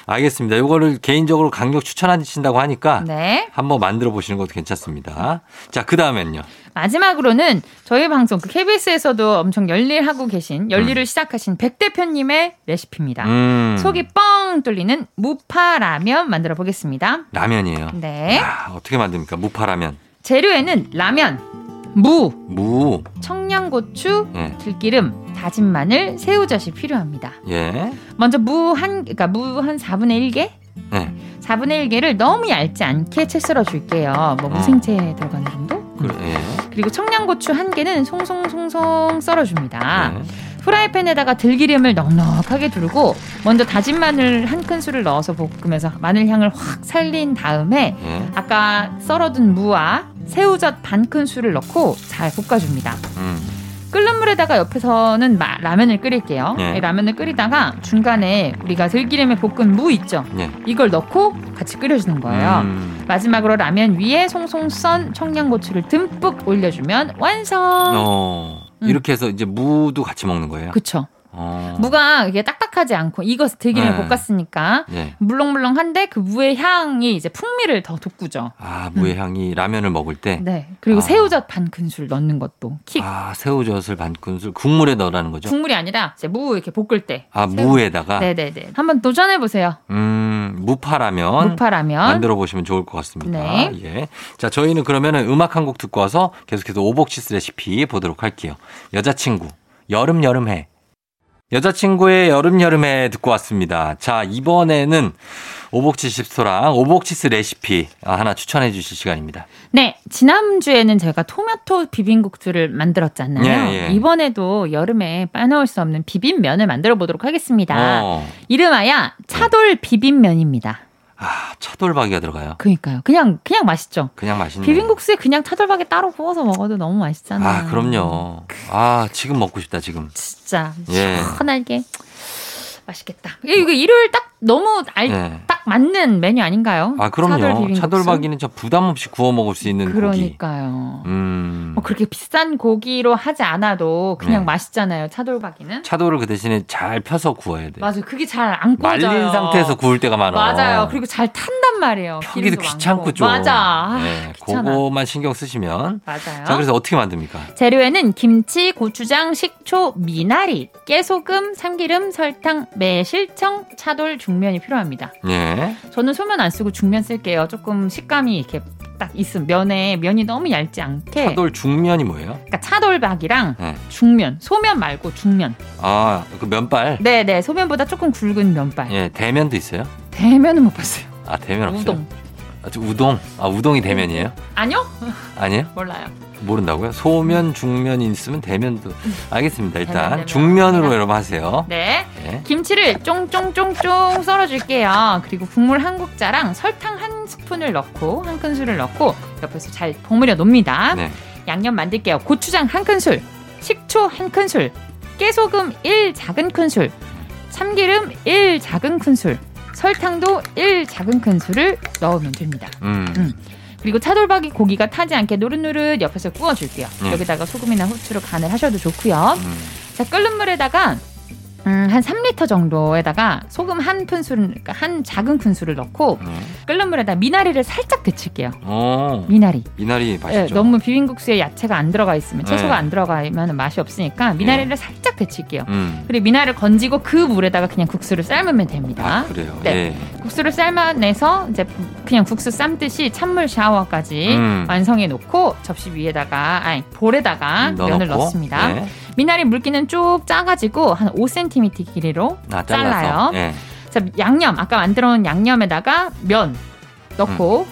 알겠습니다. 요거를 개인적으로 강력 추천하신다고 하니까
네.
한번 만들어 보시는 것도 괜찮습니다. 자, 그 다음엔요.
마지막으로는 저희 방송 그 KBS에서도 엄청 열일하고 계신 열일을 시작하신 백 대표님의 레시피입니다.
음.
속이 뻥 뚫리는 무파 라면 만들어 보겠습니다.
라면이에요.
네.
야, 어떻게 만듭니까? 무파라면.
재료에는 라면, 무,
무.
청양고추,
예.
들기름, 다진 마늘, 새우젓이 필요합니다.
예.
먼저 무 한 그러니까 무 한 4분의 1개?
네.
4분의 1개를 너무 얇지 않게 채 썰어 줄게요. 뭐 무생채 들어가는 정도?
그, 예.
그리고 청양고추 한 개는 송송송송 썰어 줍니다.
예.
프라이팬에다가 들기름을 넉넉하게 두르고 먼저 다진 마늘 한 큰술을 넣어서 볶으면서 마늘 향을 확 살린 다음에
예.
아까 썰어둔 무와 새우젓 반 큰술을 넣고 잘 볶아줍니다.
음.
끓는 물에다가 옆에서는 마- 라면을 끓일게요.
네.
이 라면을 끓이다가 중간에 우리가 들기름에 볶은 무 있죠?
예.
이걸 넣고 같이 끓여주는 거예요.
음.
마지막으로 라면 위에 송송 썬 청양고추를 듬뿍 올려주면 완성.
어.
음.
이렇게 해서 이제 무도 같이 먹는 거예요.
그쵸?
어.
무가 이게 딱딱하지 않고 익어서 들기름에
네.
볶았으니까
예.
물렁물렁한데 그 무의 향이 이제 풍미를 더 돋구죠.
아, 무의 향이 라면을 먹을 때.
음. 네. 그리고
아.
새우젓 반 큰술 넣는 것도 킥.
아, 새우젓을 반 큰술 국물에 넣으라는 거죠?
국물이 아니라 이제 무 이렇게 볶을 때.
아,
새우-
무에다가
네네네. 한번 도전해 보세요.
음, 무파라면
무파라면.
만들어 보시면 좋을 것 같습니다.
네.
예. 자, 저희는 그러면은 음악 한 곡 듣고 와서 계속해서 오복치스 레시피 보도록 할게요. 여자친구 여름 여름해. 여자친구의 여름 여름해 듣고 왔습니다. 자, 이번에는 오복치 십소랑 오복치스 레시피 하나 추천해 주실 시간입니다.
네. 지난주에는 제가 토마토 비빔국수를 만들었잖아요.
예, 예.
이번에도 여름에 빠놓을 수 없는 비빔면을 만들어 보도록 하겠습니다.
어. 네.
이름하여 차돌 비빔면입니다.
아, 차돌박이가 들어가요.
그러니까요. 그냥, 그냥 맛있죠.
그냥 맛있네.
비빔국수에 그냥 차돌박이 따로 구워서 먹어도 너무 맛있잖아요.
음. 아, 그럼요. 아, 지금 먹고 싶다, 지금.
진짜
예.
시원하게 맛있겠다. 이게 이거 일요일 딱 너무 알,
예.
딱 맞는 메뉴 아닌가요?
아,
차돌
그럼요.
비빔국수? 그러니까.
차돌박이는 저 부담 없이 구워 먹을 수 있는 고기.
그러니까요.
음.
뭐 그렇게 비싼 고기로 하지 않아도 그냥
네.
맛있잖아요. 차돌박이는.
차돌을 그 대신에 잘 펴서 구워야 돼.
맞아요. 그게 잘 안 구워져요.
말린 상태에서 구울 때가 많아.
맞아요. 그리고 잘 탄단 말이에요.
펴기도
기름도
귀찮고
많고.
좀.
맞아. 아,
네,
귀찮아.
그거만 신경 쓰시면.
맞아요.
자, 그래서 어떻게 만듭니까?
재료에는 김치, 고추장, 식초, 미나리, 깨소금, 참기름, 설탕, 매실청, 차돌, 중면이 필요합니다.
예.
저는 소면 안 쓰고 중면 쓸게요. 조금 식감이 이렇게 딱 있음. 면에 면이 너무 얇지 않게.
차돌 중면이 뭐예요?
그러니까 차돌박이랑
네.
중면, 소면 말고 중면.
아, 그 면발.
네, 네. 소면보다 조금 굵은 면발.
예, 대면도 있어요?
대면은 못 봤어요.
아, 대면 없어요.
우동.
아, 저 우동. 아, 우동이 대면이에요?
아니요?
아니에요?
몰라요.
모른다고요? 소면, 중면이 있으면 대면도. 알겠습니다. 일단
음. 대면, 대면.
중면으로 여러분 하세요.
네.
예.
김치를 쫑쫑쫑쫑 썰어줄게요. 그리고 국물 한 국자랑 설탕 한 스푼을 넣고 한 큰술을 넣고 옆에서 잘 버무려 놓습니다.
네.
양념 만들게요. 고추장 한 큰술, 식초 한 큰술, 깨소금 1 작은 큰술, 참기름 1 작은 큰술, 설탕도 1 작은 큰술을 넣으면 됩니다.
음.
음. 그리고 차돌박이 고기가 타지 않게 노릇노릇 옆에서 구워줄게요.
네.
여기다가 소금이나 후추로 간을 하셔도 좋고요.
음.
자, 끓는 물에다가 음, 한 3리터 정도에다가 소금 한 큰술, 그러니까 한 작은 큰술을 넣고
네.
끓는 물에다 미나리를 살짝 데칠게요.
어.
미나리.
미나리
예,
맛있죠?
너무 비빔국수에 야채가 안 들어가 있으면 채소가
네.
안 들어가면 맛이 없으니까 미나리를 살짝 데칠게요.
음.
그리고 미나리를 건지고 그 물에다가 그냥 국수를 삶으면 됩니다.
아, 그래요.
네.
예.
국수를 삶아내서 이제 그냥 국수 삶듯이 찬물 샤워까지
음.
완성해 놓고 접시 위에다가 아니 볼에다가
음, 넣어놓고.
면을 넣습니다.
네.
미나리 물기는 쭉 짜가지고 한 5cm 길이로
아, 잘라서.
잘라요.
예.
자, 양념 아까 만들어놓은 양념에다가 면 넣고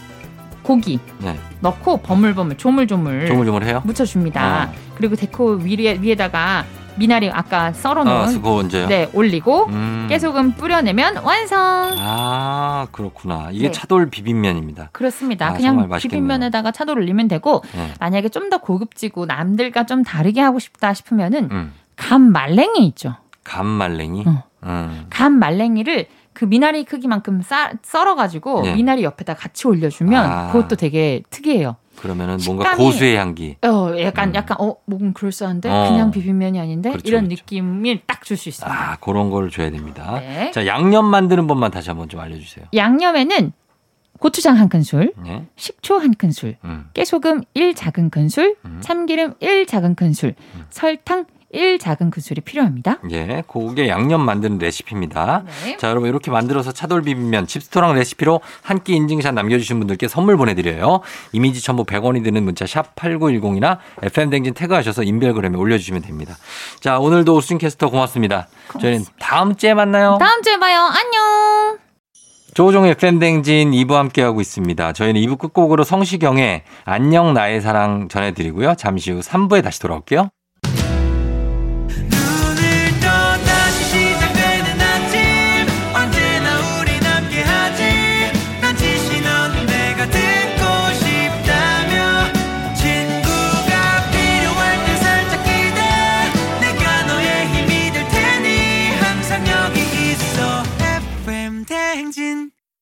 고기
네.
넣고 버물버물 조물조물,
조물조물해요.
묻혀줍니다.
어.
그리고 데코 위에 위에다가 미나리 아까
아,
썰어놓은
수고 언제요?
네 올리고
음.
깨소금 뿌려내면 완성.
아 그렇구나. 이게
네.
차돌 비빔면입니다.
그렇습니다.
아, 정말
그냥
맛있겠네요.
비빔면에다가 차돌 올리면 되고
네.
만약에 좀 더 고급지고 남들과 좀 다르게 하고 싶다 싶으면은
음.
감 말랭이 있죠.
감말랭이.
어.
음.
감 말랭이를 그 미나리 크기만큼 썰- 썰어가지고
네.
미나리 옆에다 같이 올려주면
아.
그것도 되게 특이해요.
그러면은 뭔가
식감이-
고수의 향기.
어, 약간
음.
약간 어, 뭔가 그럴싸한데
어.
그냥 비빔면이 아닌데
그렇죠, 아.
이런
그렇죠.
느낌을 딱 줄 수 있습니다.
아 그런 걸 줘야 됩니다.
네.
자 양념 만드는 법만 다시 한번 좀 알려주세요.
양념에는 고추장 한 큰술,
네.
식초 한 큰술,
음.
깨소금 1 작은 큰술,
음.
참기름 1 작은 큰술,
음.
설탕 1 작은 큰술이 필요합니다.
예, 그게 양념 만드는 레시피입니다.
네.
자, 여러분 이렇게 만들어서 차돌 비빔면 집스토랑 레시피로 한 끼 인증샷 남겨주신 분들께 선물 보내드려요. 이미지 첨부 100원이 드는 문자 샵 8910이나 FM댕진 태그하셔서 인별그램에 올려주시면 됩니다. 자, 오늘도 오수진 캐스터 고맙습니다. 저희는 다음 주에 만나요.
다음 주에 봐요. 안녕.
조종 FM댕진 2부 함께하고 있습니다. 저희는 2부 끝곡으로 성시경의 안녕 나의 사랑 전해드리고요. 잠시 후 3부에 다시 돌아올게요.
오늘 또 다시 시작되는 아침 언제나 우리 함께하지 난 지시 넌 내가 듣고 싶다며 친구가 필요할 때 살짝 기대 내가 너의 힘이 될 테니 항상 여기 있어 FM 대행진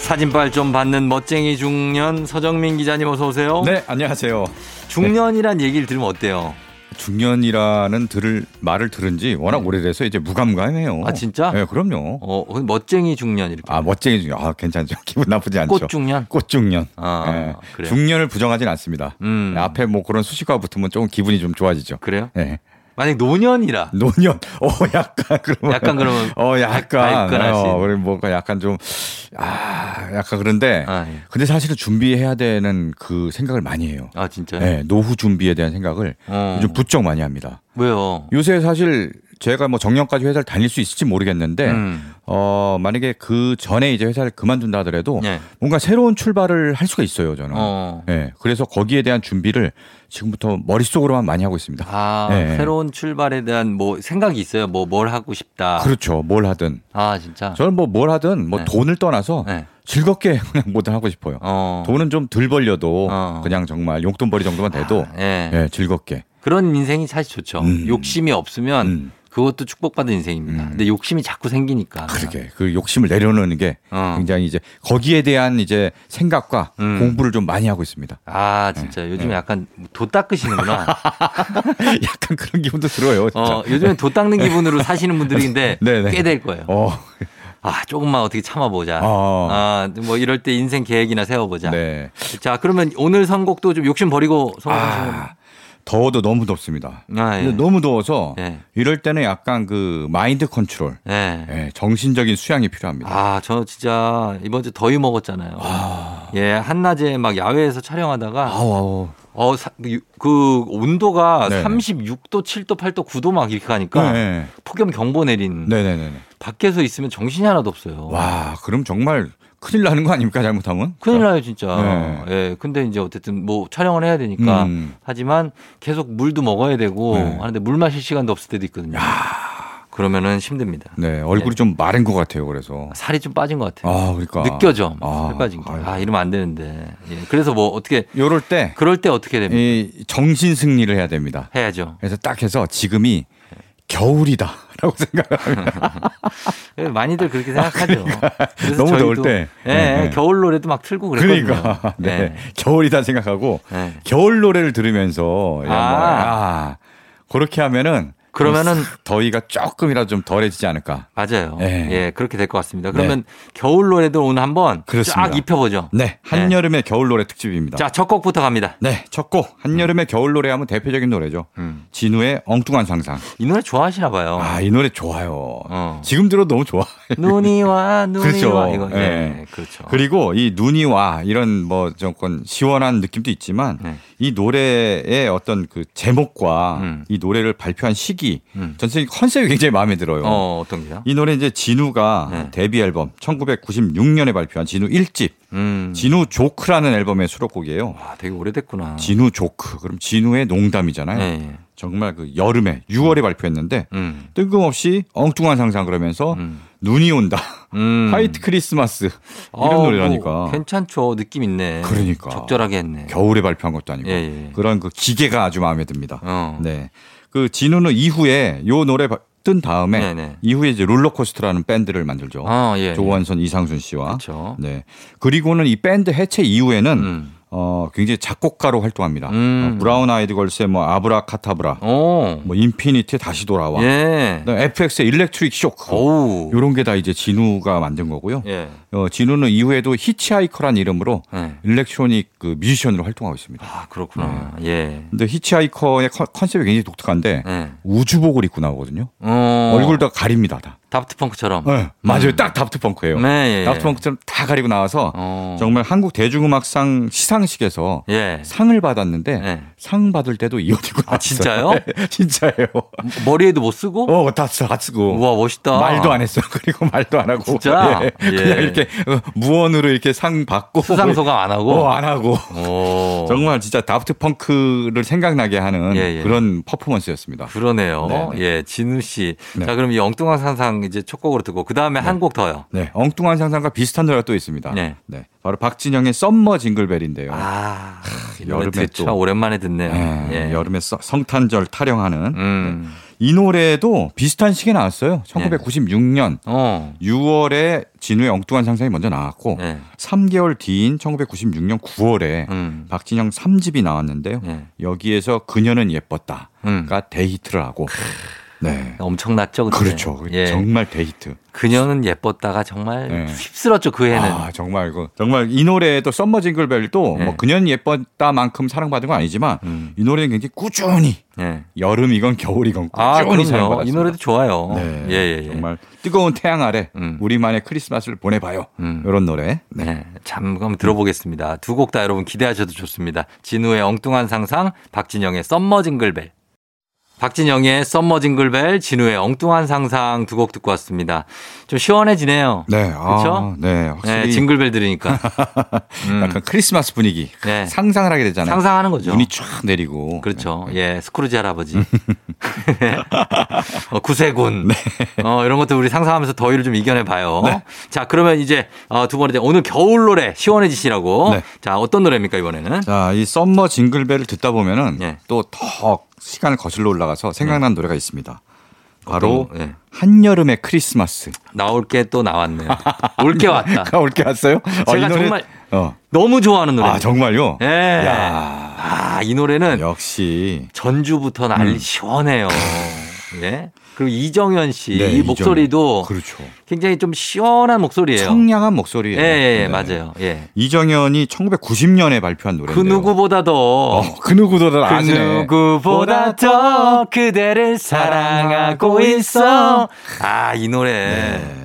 사진빨 좀 받는 멋쟁이 중년 서정민 기자님 어서 오세요.
네, 안녕하세요.
중년이란 얘기를 들으면 어때요?
중년이라는 들을 말을 들은 지 워낙 오래돼서 이제 무감감해요.
네. 아, 진짜?
네, 그럼요.
어 멋쟁이 중년 이렇게.
아, 그렇죠. 멋쟁이 중년. 아, 괜찮죠. [laughs] 기분 나쁘지 않죠.
꽃 중년.
꽃 중년.
아,
예.
그래요.
중년을 부정하진 않습니다.
음.
앞에 뭐 그런 수식어가 붙으면 조금 기분이 좀 좋아지죠.
그래요?
예.
만약 노년이라.
노년. 어, 약간 그러면
약간 그러면
[laughs] 어, 약간
발끈하신.
어, 그래 뭔가 약간 좀 아, 약간 그런데
아, 예.
근데 사실은 준비해야 되는 그 생각을 많이 해요.
아 진짜요?
예, 노후 준비에 대한 생각을
어.
요즘 부쩍 많이 합니다.
왜요?
요새 사실 제가 뭐 정년까지 회사를 다닐 수 있을지 모르겠는데
음.
어 만약에 그 전에 이제 회사를 그만둔다 하더라도
예.
뭔가 새로운 출발을 할 수가 뭐. 있어요 저는.
어.
예. 그래서 거기에 대한 준비를 지금부터 머릿속으로만 많이 하고 있습니다.
아,
예.
새로운 출발에 대한 뭐 생각이 있어요. 뭐 뭘 하고 싶다.
그렇죠. 뭘 하든
아, 진짜.
저는 뭐 뭘 하든 뭐
네.
돈을 떠나서
네.
즐겁게 [laughs] 그냥 뭐든 하고 싶어요.
어.
돈은 좀 덜 벌려도
어.
그냥 정말 용돈벌이 정도만 돼도
아, 예.
예, 즐겁게.
그런 인생이 사실 좋죠.
음.
욕심이 없으면
음.
그것도 축복받은 인생입니다.
음.
근데 욕심이 자꾸 생기니까.
그러게 그 욕심을 내려놓는 게
어.
굉장히 이제 거기에 대한 이제 생각과
음.
공부를 좀 많이 하고 있습니다. [laughs]
아,
네.
진짜. 요즘 에 약간 도 닦으시는구나.
약간 그런 기분도 들어요. 아, 진짜.
어, 요즘엔 도 닦는 기분으로 사시는 분들인데
[laughs] 네, 네.
꽤 될 거예요.
어,
아, 조금만 어떻게 참아보자.
어.
아, 뭐 이럴 때 인생 계획이나 세워보자.
네.
자, 그러면 오늘 선곡도 좀 욕심 버리고 선곡하시는
아, 더워도 너무 덥습니다.
아, 예.
근데 너무 더워서
예.
이럴 때는 약간 그 마인드 컨트롤,
네.
예, 정신적인 수양이 필요합니다.
아, 저 진짜 이번 주 더위 먹었잖아요. 예, 한낮에 막 야외에서 촬영하다가
아우 아우.
어, 사- 그- 그 온도가
네.
36도, 7도, 8도, 9도 막 이렇게 가니까
네,
폭염 경보 내린
네, 네, 네.
밖에서 있으면 정신이 하나도 없어요.
와, 그럼 정말 큰일 나는 거 아닙니까 잘못하면?
큰일 나요, 진짜.
네.
예. 근데 이제 어쨌든 뭐 촬영을 해야 되니까
음.
하지만 계속 물도 먹어야 되고
네.
하는데 물 마실 시간도 없을 때도 있거든요. 그러면은 힘듭니다.
네, 얼굴이 좀 마른 것 같아요. 그래서
살이 좀 빠진 것 같아요.
아, 그러니까
느껴져.
아,
살 빠진 게.
아유.
아, 이러면 안 되는데. 예. 그래서 뭐 어떻게
요럴 때
그럴 때 어떻게 됩니까?
이 정신 승리를 해야 됩니다.
해야죠.
그래서 딱 해서 지금이 겨울이다라고 [laughs] 생각을 합니다.
예, 많이들 그렇게 생각하죠. 그래서
아, 그러니까. 너무 더울
저희도,
때.
예,
네, 네.
겨울 노래도 막 틀고 그랬거든요.
그러니까 네.
예.
겨울이다 생각하고
네.
겨울 노래를 들으면서 야, 뭐,
아.
아, 그렇게 하면은
그러면은
더위가 조금이라도 좀 덜해지지 않을까.
맞아요.
예. 네.
예, 그렇게 될 것 같습니다. 그러면 겨울 노래도 오늘 한번
그렇습니다.
쫙 입혀보죠.
네, 한여름의 겨울 노래 특집입니다.
자, 첫 곡부터 갑니다.
네, 첫 곡 한여름의 겨울 노래 하면 대표적인 노래죠.
음.
진우의 엉뚱한 상상.
이 노래 좋아하시나 봐요.
아, 이 노래 좋아요.
어.
지금 들어도 너무 좋아.
눈이 와, 눈이
그렇죠.
와. 이거. 예.
예.
그렇죠.
그리고 이 눈이 와 이런 뭐 조금 시원한 느낌도 있지만
네.
이 노래의 어떤 그 제목과
음.
이 노래를 발표한 시기
음.
전체적인 컨셉이 굉장히 마음에 들어요.
어, 어떤 게요?
이 노래 이제 진우가
네.
데뷔 앨범 1996년에 발표한 진우 1집
음. 아.
진우 조크라는 앨범의 수록곡이에요.
와, 되게 오래됐구나.
진우 조크. 그럼 진우의 농담이잖아요.
예.
정말 그 여름에 6월에 발표했는데
음.
뜬금없이 엉뚱한 상상 그러면서
음.
눈이 온다.
음.
화이트 크리스마스 이런
어,
노래라니까.
뭐 괜찮죠. 느낌 있네.
그러니까.
적절하게 했네.
겨울에 발표한 것도 아니고
예, 예.
그런 그 기계가 아주 마음에 듭니다.
어.
네. 그 진우는 이후에 요 노래 바- 뜬 다음에
네네.
이후에 이제 롤러코스터라는 밴드를 만들죠.
아, 예.
조원선 이상순 씨와
그렇죠.
네. 그리고는 이 밴드 해체 이후에는
음.
어 굉장히 작곡가로 활동합니다.
음.
어, 브라운 아이드 걸스의 뭐 아브라카타브라,
오.
뭐 인피니티 다시 돌아와,
어. 예.
그다음에 FX의 일렉트릭 쇼크
오우.
이런 게 다 이제 진우가 만든 거고요.
예.
어, 진우는 이후에도 히치하이커란 이름으로
예.
일렉트로닉 그 뮤지션으로 활동하고 있습니다.
아, 그렇구나.
네.
예.
근데 히치하이커의 컨- 컨셉이 굉장히 독특한데
예.
우주복을 입고 나오거든요.
어.
얼굴 다 가립니다. 다.
다프트펑크처럼.
네, 맞아요. 딱 다프트펑크예요.
네, 예.
다프트펑크처럼 다 가리고 나와서
어.
정말 한국 대중음악상 시상식에서
예.
상을 받았는데
예.
상 받을 때도 이 옷 입고 나왔어요. 네,
아,
[laughs]
진짜요?
진짜예요.
머리에도 못 쓰고?
어, 다, 쓰- 다 쓰고.
우와, 멋있다.
말도 안 했어요. [laughs] 그리고 말도 안 하고.
진짜?
예.
예.
그냥 이렇게 어, 무언으로 이렇게 상 받고.
수상소감 안 하고?
어, 안 하고.
오.
정말 진짜 다프트펑크를 생각나게 하는
예, 예.
그런 퍼포먼스였습니다.
그러네요.
네, 네.
예, 진우 씨.
네.
자, 그럼 이 엉뚱한 상상 이제 첫 곡으로 듣고 그 다음에 한 곡 더요.
네, 엉뚱한 상상과 비슷한 노래가 또 있습니다.
네.
네. 바로 박진영의 썸머 징글벨인데요.
아, 이
여름에
노래
또.
참 오랜만에 듣네요.
네,
예.
여름에 서- 성탄절 타령하는
음.
이 노래도 비슷한 시기에 나왔어요. 1996년
어.
6월에 진우의 엉뚱한 상상이 먼저 나왔고
예.
3개월 뒤인 1996년 9월에
음.
박진영 3집이 나왔는데요.
예.
여기에서 그녀는 예뻤다가
음.
데이트를 하고 네.
엄청났죠, 그때?
그렇죠.
예.
정말 데이트.
그녀는 예뻤다가 정말
예.
휩쓸었죠, 그 해는.
아 정말 그 정말 이 노래도 썸머 징글벨도
네.
뭐 그녀는 예뻤다만큼 사랑받은 건 아니지만
음.
이 노래는 굉장히 꾸준히
예.
여름이건 겨울이건
아, 그럼요.
꾸준히 사랑받았습니다.
이 노래도 좋아요.
네,
예, 예, 예.
정말 뜨거운 태양 아래
음.
우리만의 크리스마스를 보내봐요.
음.
이런 노래.
네. 잠 한번 들어보겠습니다. 두 곡 다 여러분 기대하셔도 좋습니다. 진우의 엉뚱한 상상, 박진영의 썸머 징글벨. 박진영의 썸머 징글벨, 진우의 엉뚱한 상상 두 곡 듣고 왔습니다. 좀 시원해지네요.
네, 아,
그쵸?
네, 확실히
네, 징글벨
[laughs]
들으니까. 음,
약간 크리스마스 분위기
네.
상상을 하게 되잖아요.
상상하는 거죠.
눈이 쫙 내리고.
그렇죠.
네.
예, 스크루지 할아버지.
음.
[laughs] 어,
[laughs]
구세군.
네.
어, 이런 것도 우리 상상하면서 더위를 좀 이겨내봐요. 자, 그러면 이제 어, 두 번째 오늘 겨울 노래 시원해지시라고.
네.
자, 어떤 노래입니까, 이번에는?
자, 이 썸머 징글벨을 듣다 보면은
네.
또 더 시간을 거슬러 올라가서 생각난 노래가 있습니다. 바로
어떤, 예.
한여름의 크리스마스.
나올 게 또 나왔네요. 올 게
[laughs]
왔다.
가 올게 왔어요? 어, 이
제가
노래-
정말
어.
너무 좋아하는 노래.
아, 정말요?
예.
야,
아, 이 노래는
역시
전주부터 난리
음. [laughs]
시원해요. 예. 그리고 이정현 씨,
네,
이
이정현.
목소리도
그렇죠.
굉장히 좀 시원한 목소리예요.
청량한 목소리예요.
예, 예, 예,
네.
맞아요. 예.
이정현이 1990년에 발표한 노래인데요.
그 누구보다도
어, 그 누구도
그
아시네.
누구보다 더 그대를 사랑하고 있어. 아, 이 노래.
네.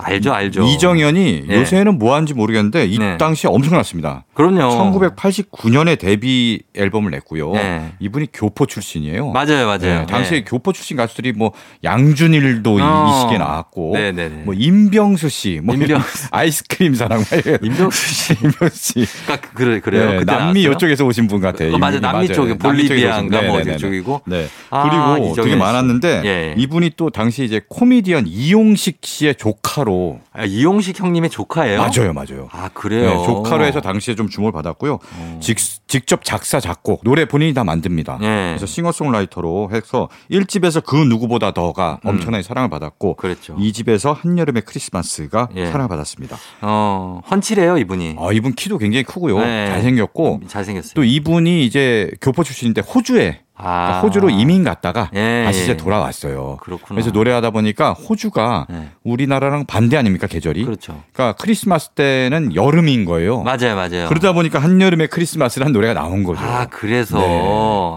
알죠, 알죠.
이정현이
예.
요새는 뭐 하는지 모르겠는데 이
네. 어.
당시에 엄청났습니다.
그럼요.
1989년에 데뷔 앨범을 냈고요.
네.
이분이 교포 출신이에요.
맞아요, 맞아요.
네, 당시에
예.
교포 출신 가수들이 뭐 양준일도 이-
어.
이 시기에 나왔고
네네네.
뭐 임병수 씨, 뭐 이런
임병수.
[laughs] 아이스크림 사랑 막 이런
임병수
[laughs]
씨.
임병수 씨.
그러니까 그, 그래요.
네,
그때
남미
나왔어요?
이쪽에서 오신 분 같아요.
어, 맞아요.
이분이
남미 쪽에
남미 쪽에서
볼리비아인가
오신 분.
뭐
네네네.
이쪽이고.
네.
아,
그리고
이정현
되게
씨.
많았는데
예, 예.
이분이 또 당시 이제 코미디언 이용식 씨의 조카로
아, 이용식 형님의 조카예요?
맞아요, 맞아요.
아, 그래요. 어.
네, 조카로 해서 당시에 좀 주목을 받았고요. 직, 직접 작사 작곡 노래 본인이 다 만듭니다.
예.
그래서 싱어송라이터로 해서 1집에서 그 누구보다 더가 엄청나게 사랑을 받았고
음. 그랬죠.
2집에서 한여름의 크리스마스가
그렇죠. 예.
사랑을 받았습니다.
어, 헌칠해요, 이분이.
아, 이분 키도 굉장히 크고요.
네.
잘생겼고
잘생겼어요.
또 이분이 이제 교포 출신인데 호주에
아.
그러니까 호주로 이민 갔다가
예,
다시 이제
예.
돌아왔어요.
그렇구나.
그래서 노래하다 보니까 호주가
네.
우리나라랑 반대 아닙니까 계절이?
그렇죠.
그러니까 크리스마스 때는 여름인 거예요.
맞아요, 맞아요.
어. 그러다 보니까 한여름에 크리스마스라는 노래가 나온 거죠.
아, 그래서
네.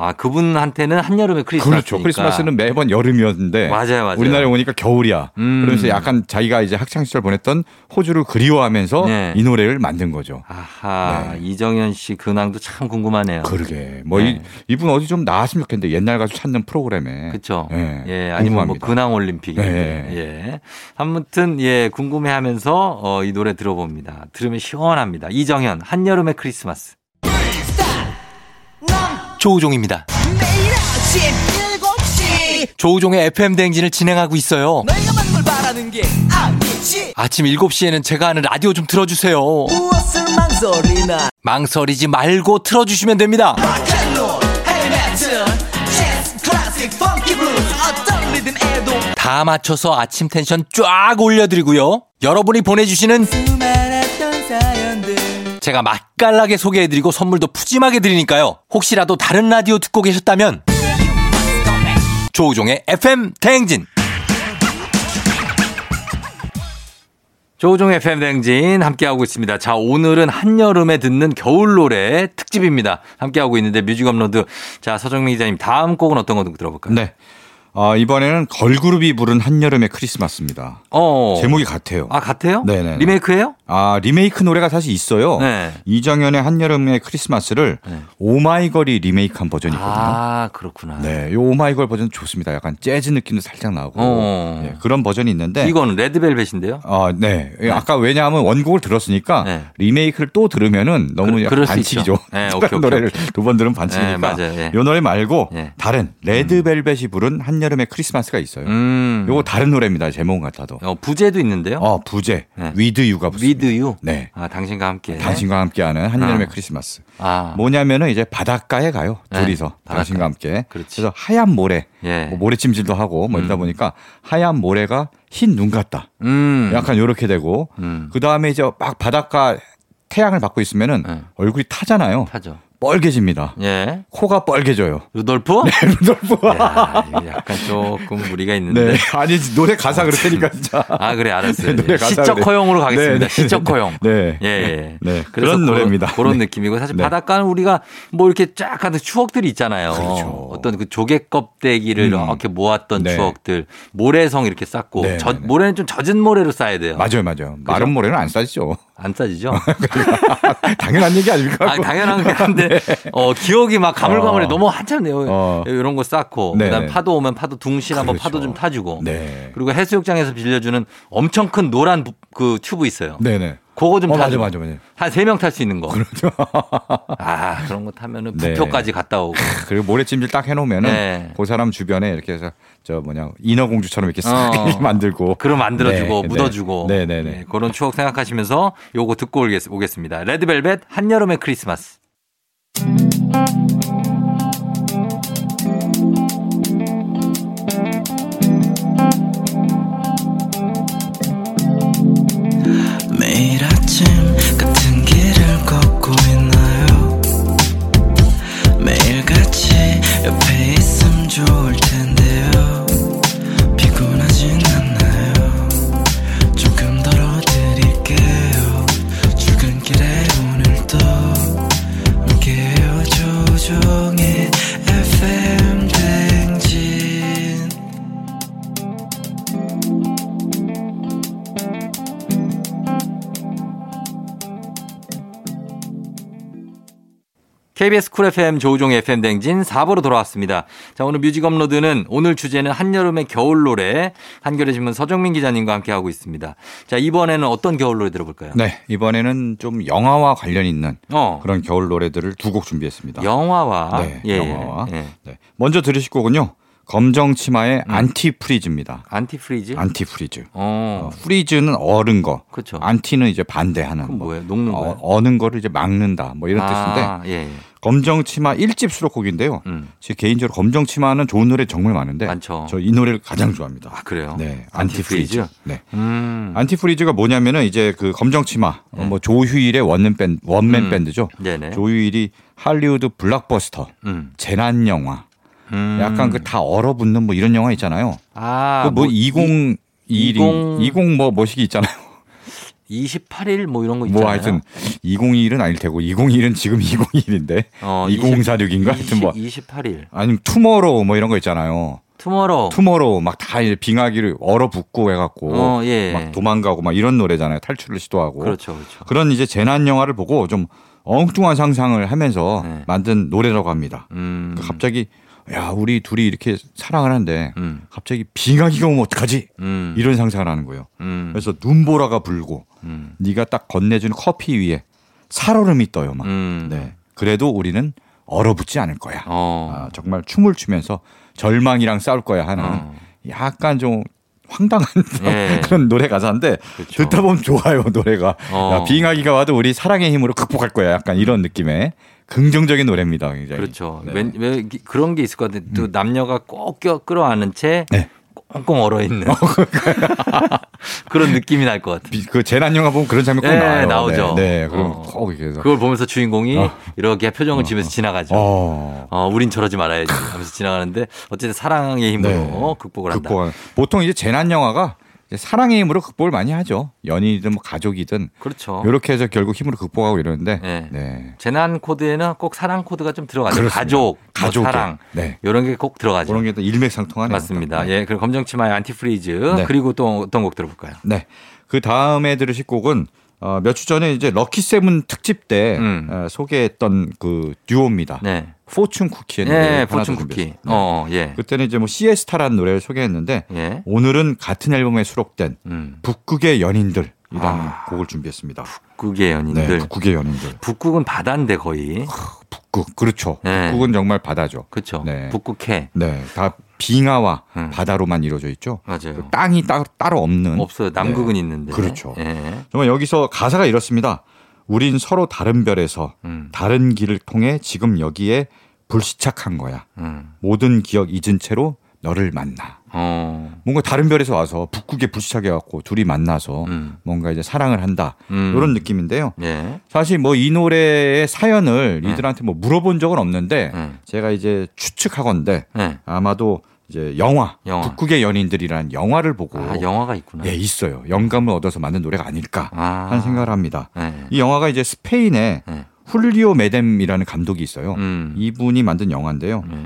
아, 그분한테는 한여름에 크리스마스니까.
그렇죠. 크리스마스는 매번 여름이었는데
맞아요, 맞아요.
우리나라에 오니까 겨울이야.
음.
그러면서 약간 자기가 이제 학창 시절 보냈던 호주를 그리워하면서
네.
이 노래를 만든 거죠.
아하,
네.
이정현 씨 근황도 참 궁금하네요.
그러게. 뭐
네.
이, 분 어디 좀 나왔으면 좋겠는데 옛날 가수 찾는 프로그램에.
그렇죠.
네.
예, 아니면 뭐
궁금합니다.
근황 올림픽.
네.
예. 아무튼 예, 궁금해하면서 어, 이 노래 들어봅니다. 들으면 시원합니다. 이정현 한여름의 크리스마스.
조우종입니다.
매일 아침 7시
조우종의 FM 대행진을 진행하고 있어요.
내가 받는 걸 바라는 게 아니지
아침 7시에는 제가 하는 라디오 좀 틀어주세요.
무엇을 망설이나
망설이지 말고 틀어주시면 됩니다.
락앤롤 헤비메탈 재즈 클래식 펑키 블루스 어떤 리듬에도
다 맞춰서 아침 텐션 쫙 올려드리고요. 여러분이 보내주시는
수많았던 사연들
제가 맛깔나게 소개해드리고 선물도 푸짐하게 드리니까요. 혹시라도 다른 라디오 듣고 계셨다면 조우종의 FM 대행진
조종의 팬댕진 함께하고 있습니다. 자, 오늘은 한여름에 듣는 겨울 노래 특집입니다. 함께하고 있는데 뮤직 업로드. 자, 서정민 기자님 다음 곡은 어떤 거 들어볼까요?
네. 아, 이번에는 걸그룹이 부른 한여름의 크리스마스입니다.
어.
제목이 같아요.
아, 같아요?
네네네.
리메이크예요?
아, 리메이크 노래가 사실 있어요.
네.
이정현의 한여름의 크리스마스를
네.
오마이걸이 리메이크한 버전이 있거든요.
아, 그렇구나.
네, 요 오마이걸 버전 좋습니다. 약간 재즈 느낌도 살짝 나고
어.
예, 그런 버전이 있는데
이거는 레드벨벳인데요?
아, 네. 예, 아까 왜냐하면 원곡을 들었으니까
네.
리메이크를 또 들으면은 너무
그-
약간
그럴 수
반칙이죠.
있죠. 네,
똑같은
오케이, 오케이,
노래를 두 번 들으면
네,
반칙이니까.
맞아요. 예.
요 노래 말고
예.
다른 레드벨벳이 부른 한여름의 크리스마스가 있어요.
음.
네. 요거 다른 노래입니다. 제목 같아도.
어, 부제도 있는데요?
어, 부제.
네.
위드 유가
With
붙습니다.
you.
네.
아, 당신과 함께.
당신과 함께하는 한여름의
아.
크리스마스.
아.
뭐냐면은 이제 바닷가에 가요.
네,
둘이서
바닷가.
당신과 함께.
그렇지.
래서 하얀 모래,
예.
뭐 모래찜질도 하고 뭐 이러다 보니까 하얀 모래가 흰 눈 같다.
음.
약간 요렇게 되고
음.
그 다음에 이제 막 바닷가 태양을 받고 있으면은
네.
얼굴이 타잖아요.
하죠.
뻘개집니다.
예.
코가
[laughs]
뻘개져요.
루돌프?
네. 루돌프.
야, 이거 약간 조금 무리가 있는데.
네. 아니 노래 가사 그렇다니까 진짜.
아 그래 알았어요.
[laughs] 네, 노래
예.
가사를-
시적 허용으로
네,
가겠습니다.
네,
시적 허용.
네.
예, 예.
네,
그래서
그런
그런-
노래입니다.
그런
네.
느낌이고 사실
네.
바닷가는 우리가 뭐 이렇게 쫙 하는 추억들이 있잖아요.
그렇죠.
어떤 그 조개 껍데기를
음.
이렇게 모았던
네.
추억들, 모래성 이렇게 쌓고
네,
젖-
네, 네.
모래는 좀 젖은 모래로 쌓아야 돼요.
맞아요, 맞아요. 마른 모래는 안 싸지죠. [laughs]
안 싸지죠?
당연한 얘기 아닙니까?
아, 당연한 게 한데, 어, 기억이 막 가물가물해.
네. 어.
너무 한참 내요.
어.
이런 거 쌓고,
네.
그 다음에 파도 오면 파도 둥실 한번
그렇죠.
파도 좀 타주고,
네.
뭐. 그리고 해수욕장에서 빌려주는 엄청 큰 노란 부- 그 튜브 있어요.
네네.
그거 좀
어,
타죠.
맞아, 맞아, 맞아.
한 세 명 탈 수 있는 거. [laughs] 아, 그런 거 타면은
그렇죠. 네.
부표까지 갔다 오고.
그리고 모래찜질 딱 해놓으면은
네.
그 사람 주변에 이렇게 해서 저 뭐냐 인어공주처럼 이렇게 싹
어.
이렇게 [laughs] 만들고
그럼 만들어주고
네,
묻어주고
네, 네, 네.
네, 그런 추억 생각하시면서 요거 듣고 올겠- 오겠습니다. 레드벨벳 한여름의 크리스마스.
매일 아침 같은 길을 걷고 있나요 매일 같이 옆에 있음 좋을 텐데요 피곤하진 않나요 조금 덜어드릴게요 출근길에 오늘도 함께해요 조종의 FM 댕진
KBS 쿨 FM 조우종 FM 댕진 4부로 돌아왔습니다. 자, 오늘 뮤직 업로드는 오늘 주제는 한여름의 겨울 노래 한겨레 신문 서정민 기자님과 함께 하고 있습니다. 자, 이번에는 어떤 겨울 노래 들어볼까요?
네 이번에는 좀 영화와 관련 있는
어.
그런 겨울 노래들을 두 곡 준비했습니다.
영화와
네,
예,
영화와.
예.
네. 먼저 들으실 곡은요. 검정 치마의
음.
안티프리즈입니다.
안티프리즈?
안티프리즈.
예? 어.
어, 프리즈는 얼은 거.
그렇죠.
안티는 이제 반대하는
그럼
거.
뭐예요? 녹는 거예요?
어, 는 거를 이제 막는다. 뭐 이런
아,
뜻인데.
예. 예.
검정 치마 1집 수록곡인데요.
음.
제 개인적으로 검정 치마는 좋은 노래 정말 많은데
많죠.
저 이 노래를 가장 좋아합니다.
아, 그래요?
네.
안티프리즈?
안티프리즈. 네.
음. 네.
안티프리즈가 뭐냐면은 이제 그 검정 치마 어, 뭐 조휴일의 원맨 밴드, 원맨
음.
밴드죠.
네네.
조휴일이 할리우드 블락버스터
음.
재난 영화
음.
약간 그 다 얼어붙는 뭐 이런 영화 있잖아요.
아,
그 뭐 20, 20,
20
20 뭐 뭐시기 있잖아요.
28일 뭐 이런 거 있잖아요.
뭐 하여튼 2021은 아닐 테고 2021은 지금 [laughs] 2021인데
어,
2046인가 하여튼 뭐
28일.
아니면 투머로우 뭐 이런 거 있잖아요.
투머로우.
투머로우 막 다 이제 빙하기를 얼어붙고 해갖고
어, 예.
막 도망가고 막 이런 노래잖아요. 탈출을 시도하고
그렇죠. 그렇죠.
런 이제 재난 영화를 보고 좀 엉뚱한 상상을 하면서
네.
만든 노래라고 합니다.
음.
그러니까 갑자기 야 우리 둘이 이렇게 사랑을 하는데
음.
갑자기 빙하기가 오면 어떡하지?
음.
이런 상상을 하는 거예요.
음.
그래서 눈보라가 불고
음.
네가 딱 건네준 커피 위에 살얼음이 떠요 막.
음.
네. 그래도 우리는 얼어붙지 않을 거야.
어.
아, 정말 춤을 추면서 절망이랑 싸울 거야 하는
어.
약간 좀 황당한
예.
[laughs] 그런 노래 가사인데
그렇죠.
듣다 보면 좋아요 노래가
어.
야, 빙하기가 와도 우리 사랑의 힘으로 극복할 거야 약간 이런 느낌의 긍정적인 노래입니다 굉장히
그렇죠.
네. 음.
왠- 왜 기- 그런 게 있을 것 같은데 또 남녀가 꼭 껴, 끌어안은 채
네.
꽁꽁 얼어 있는 [laughs] 그런 느낌이 날 것 같아요.
비- 그 재난 영화 보면 그런 장면 꼭
네,
나와요
나오죠.
네, 네. 그럼
어.
꼭 이렇게 해서
그걸 보면서 주인공이
어.
이렇게 표정을 지면서 지나가죠. 어.
어.
우린 저러지 말아야지 하면서 지나가는데 어쨌든 사랑의 힘으로
네.
극복을 한다.
극복하는. 보통 이제 재난 영화가 이제 사랑의 힘으로 극복을 많이 하죠 연인이든 뭐 가족이든
그렇죠.
이렇게 해서 결국 힘으로 극복하고 이러는데
네.
네.
재난 코드에는 꼭 사랑 코드가 좀 들어가죠.
그렇습니다.
가족, 가족
가족이요.
뭐 사랑
네.
이런 게 꼭 들어가죠.
그런 게 또 일맥상통하네요.
맞습니다. 예, 그럼 검정치마의 안티프리즈
네.
그리고 또 어떤 곡 들어볼까요?
네. 그 다음에 들으실 곡은 어, 몇 주 전에 이제 럭키 세븐 특집 때
음.
어, 소개했던 그 듀오입니다.
네,
포춘 쿠키의 노래.
예,
하나 더
포춘 쿠키.
준비했습니다. 네.
어, 예,
그때는 이제 뭐 시에스타라는 노래를 소개했는데
예,
오늘은 같은 앨범에 수록된
음,
북극의 연인들이라는
아.
곡을 준비했습니다.
북극의
네,
연인들.
북극의 연인들.
북극은 바다인데 거의.
북극 그렇죠.
네.
북극은 정말 바다죠.
그렇죠.
네.
북극해.
네, 다 빙하와
음.
바다로만 이루어져 있죠.
맞아요.
그 땅이 따, 따로 네. 없는
없어요. 남극은 있는데.
그렇죠.
예.
정말 여기서 가사가 이렇습니다. 우린 서로 다른 별에서
음,
다른 길을 통해 지금 여기에 불시착한 거야.
음.
모든 기억 잊은 채로 너를 만나.
어.
뭔가 다른 별에서 와서 북극에 불시착해갖고 둘이 만나서
음.
뭔가 이제 사랑을 한다.
음.
이런 느낌인데요.
예.
사실 뭐 이 노래의 사연을
네.
이들한테 뭐 물어본 적은 없는데
음.
제가 이제 추측하건데
예.
아마도 이제 영화,
영화.
북극의 연인들이라는 영화를 보고
아, 영화가 있구나.
예, 있어요. 영감을 얻어서 만든 노래가 아닐까
아.
하는 생각을 합니다.
예.
이 영화가 이제 스페인의
네.
훌리오 메뎀이라는 감독이 있어요.
음.
이분이 만든 영화인데요.
네.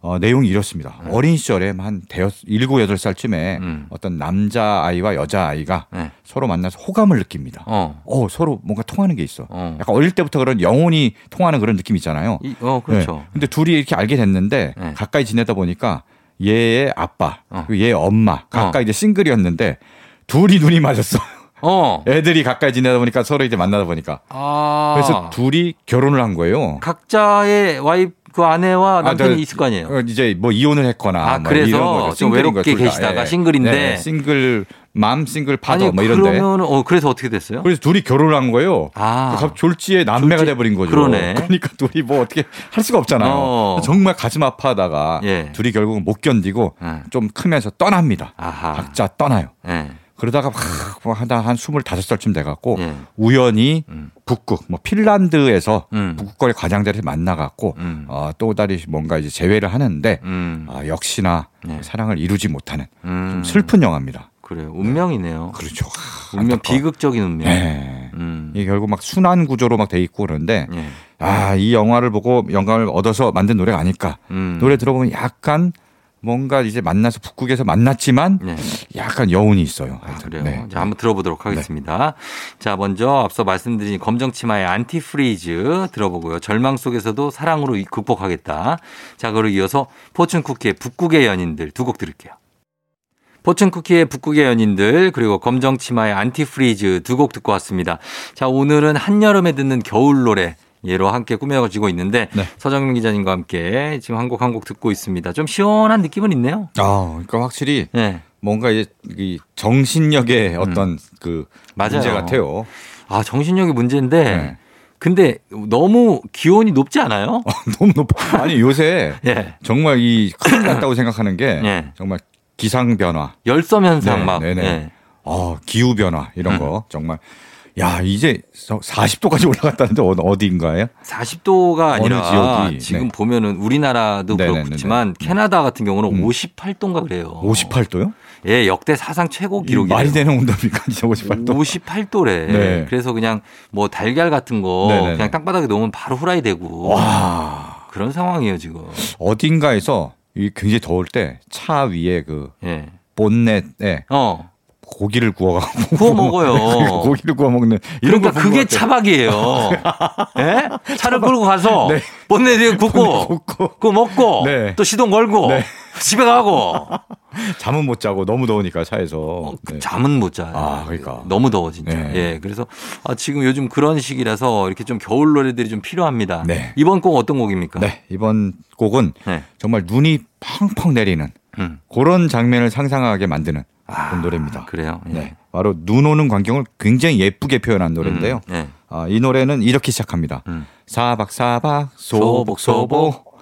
어, 내용이 이렇습니다. 어린 시절에 한 대여, 일곱 여덟 살쯤에
음.
어떤 남자 아이와 여자 아이가
네.
서로 만나서 호감을 느낍니다. 어.
어.
서로 뭔가 통하는 게 있어.
어.
약간 어릴 때부터 그런 영혼이 통하는 그런 느낌 있잖아요.
이, 어, 그렇죠.
네. 근데 둘이 이렇게 알게 됐는데
네.
가까이 지내다 보니까 얘의 아빠,
어.
그리고 얘의 엄마, 가까이 이제 싱글이었는데 둘이 눈이 맞았어.
어.
애들이 가까이 지내다 보니까 서로 이제 만나다 보니까
아.
그래서 둘이 결혼을 한 거예요.
각자의 와이프 그 아내와 남편이
아, 저-
있을 거 아니에요.
어, 이제 뭐 이혼을 했거나
아,
뭐
그래서
이런 거죠.
좀
싱글인
외롭게
거예요, 둘 다.
계시다가
예.
싱글인데.
네, 싱글 맘 싱글
아니
파더 뭐 이런데
그러면 어 그래서 어떻게 됐어요?
그래서 둘이 결혼을 한 거예요.
아.
그러니까 갑 졸지에 남매가
졸지-
돼버린 거죠.
그러네.
러니까 둘이 뭐 어떻게 할 수가 없잖아요.
어.
정말 가슴 아파하다가
예.
둘이 결국은 못 견디고
예.
좀 크면서 떠납니다.
아하.
각자 떠나요.
예.
그러다가 막뭐 하다 한 25살쯤 돼갖고
예.
우연히
음.
북극 뭐 핀란드에서
음.
북극거리 과장자리에서 만나갖고
음.
어, 또 다시 뭔가 이제 재회를 하는데
음.
아, 역시나
네.
사랑을 이루지 못하는
음.
좀 슬픈 영화입니다.
그래요. 운명이네요.
그렇죠. 아,
운명
안타까워.
비극적인 운명.
네.
음.
이게 결국 막 순환 구조로 막 돼 있고 그러는데
예.
아 이 영화를 보고 영감을 얻어서 만든 노래가 아닐까.
음.
노래 들어보면 약간 뭔가 이제 만나서 북극에서 만났지만
네.
약간 여운이 있어요.
아,
하여튼.
그래요.
네.
자, 한번 들어보도록 하겠습니다. 자, 먼저 앞서 말씀드린 검정치마의 안티프리즈 들어보고요. 절망 속에서도 사랑으로 이- 극복하겠다. 자, 그리고 이어서 포춘쿠키의 북극의 연인들 두 곡 들을게요. 포춘쿠키의 북극의 연인들 그리고 검정치마의 안티프리즈 두 곡 듣고 왔습니다. 자, 오늘은 한여름에 듣는 겨울 노래 예로 함께 꾸며가지고 있는데
네.
서정민 기자님과 함께 지금 한 곡 한 곡 듣고 있습니다. 좀 시원한 느낌은 있네요.
아, 그러니까 확실히
네.
뭔가 이제 이 정신력의 어떤 그
음. 맞아요.
문제 같아요. [laughs]
아 정신력이 문제인데
네.
근데 너무 기온이 높지 않아요?
너무 높아. 아니 요새
예.
정말 이 큰일 났다고 생각하는 게
네.
정말 기상 변화,
열섬 현상
네,
막.
네, 네.
예.
어, 기후 변화 이런 거 정말 야 이제 40도까지 올라갔다는데 어- 어디인가요?
40도가
어느
아니라
지역이?
지금
네.
보면은 우리나라도
네네네네.
그렇지만 캐나다 같은 경우는
음.
58도인가 그래요.
58도요?
예, 역대 사상 최고 어. 기록이에요.
말이 되는 온도입니까? [laughs] 진짜 58도.
58도래.
네.
그래서 그냥 뭐 달걀 같은 거
네네네.
그냥 땅바닥에 놓으면 바로 후라이 되고
와
그런 상황이에요 지금.
아, 어딘가에서 이 굉장히 더울 때 차 위에 그
예.
본넷에
어.
고기를 구워가고 그
구워
[laughs]
먹어요.
네, 고기를 구워 먹는 이런
그러니까
걸 본것
그게
같아요.
[laughs]
[laughs]
차박이에요. 예? 차를 끌고 가서
네.
[laughs] 본네에 굽고
굽고
그거 먹고
네.
또 시동 걸고
네.
집에 가고
잠은 못 자고 너무 더우니까 차에서
그
네.
잠은 못 자요.
아, 그러니까.
너무 더워 진짜.
네.
예. 그래서 아, 지금 요즘 그런 시기라서 이렇게 좀 겨울 노래들이 좀 필요합니다.
네.
이번 곡 어떤 곡입니까?
네, 이번 곡은
네.
정말 눈이 펑펑 내리는
음.
그런 장면을 상상하게 만드는
아,
그런 노래입니다.
그래요. 예.
네, 바로 눈 오는 광경을 굉장히 예쁘게 표현한 노래인데요.
음, 네.
아, 이 노래는 이렇게 시작합니다.
음.
사박사박 소복 소복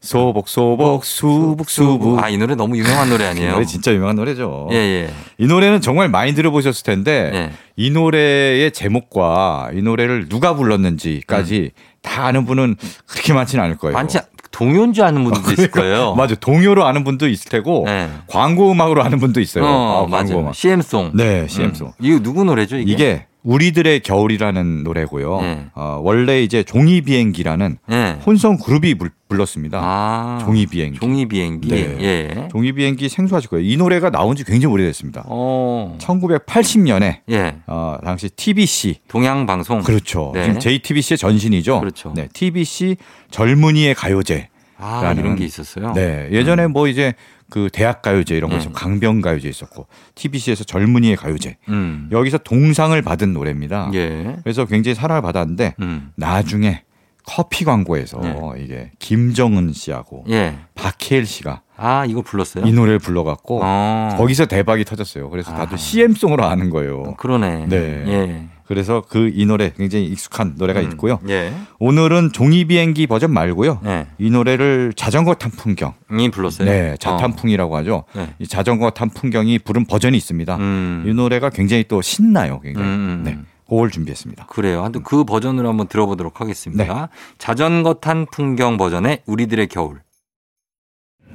소복 소복 수북 수북.
아, 이 노래 너무 유명한 노래
이
아니에요?
노래 진짜 유명한 노래죠.
예, 예.
이 노래는 정말 많이 들어보셨을 텐데
네.
이 노래의 제목과 이 노래를 누가 불렀는지까지 다 아는 분은 그렇게 많지는 않을 거예요.
음.
그러니까
많지, 않- 동요인 줄 아는 분들도 있을 거예요.
[laughs] 맞아 동요로 아는 분도 있을 테고
네.
광고 음악으로 아는 분도 있어요.
어,
아, 광고
맞아요.
음악.
CM송.
네, CM송.
음. 이거 누구 노래죠? 이게?
이게 우리들의 겨울이라는 노래고요.
네.
어, 원래 이제 종이 비행기라는
예.
혼성 그룹이 불- 불렀습니다.
아.
종이 비행기.
종이 비행기.
네.
예.
종이 비행기 생소하실 거예요. 이 노래가 나온 지 굉장히 오래됐습니다.
어.
1980년에
예.
어, 당시 TBC
동양 방송.
그렇죠.
네.
지금 JTBC의 전신이죠.
그렇죠.
네, TBC 젊은이의 가요제.
아, 이런
라는-
게 있었어요. 음.
네, 예전에 뭐 이제 그 대학 가요제 이런 거 있었고 강변 가요제 있었고 TBC에서 젊은이의 가요제.
음.
여기서 동상을 받은 노래입니다.
예.
그래서 굉장히 사랑을 받았는데
음.
나중에 커피 광고에서
네.
이게 김정은 씨하고
예.
박해일 씨가
아, 이거 불렀어요?
이 노래를 불러갖고
어.
거기서 대박이 터졌어요. 그래서
아. 어,
다들 CM송으로 아는 거예요.
그러네.
네.
예.
그래서 그 이 노래 굉장히 익숙한 노래가
음.
있고요.
예.
오늘은 종이 비행기 버전 말고요.
예.
이 노래를 자전거 탄 풍경,
이 불렀어요?
네, 자탄풍이라고 하죠.
네.
이 자전거 탄 풍경이 부른 버전이 있습니다.
어. 음.
이 노래가 굉장히 또 신나요. 굉장히.
음, 음.
네, 그걸 준비했습니다.
그래요. 한번 그 버전으로 한번 들어보도록 하겠습니다. 자전거 탄 풍경 버전의 우리들의 겨울.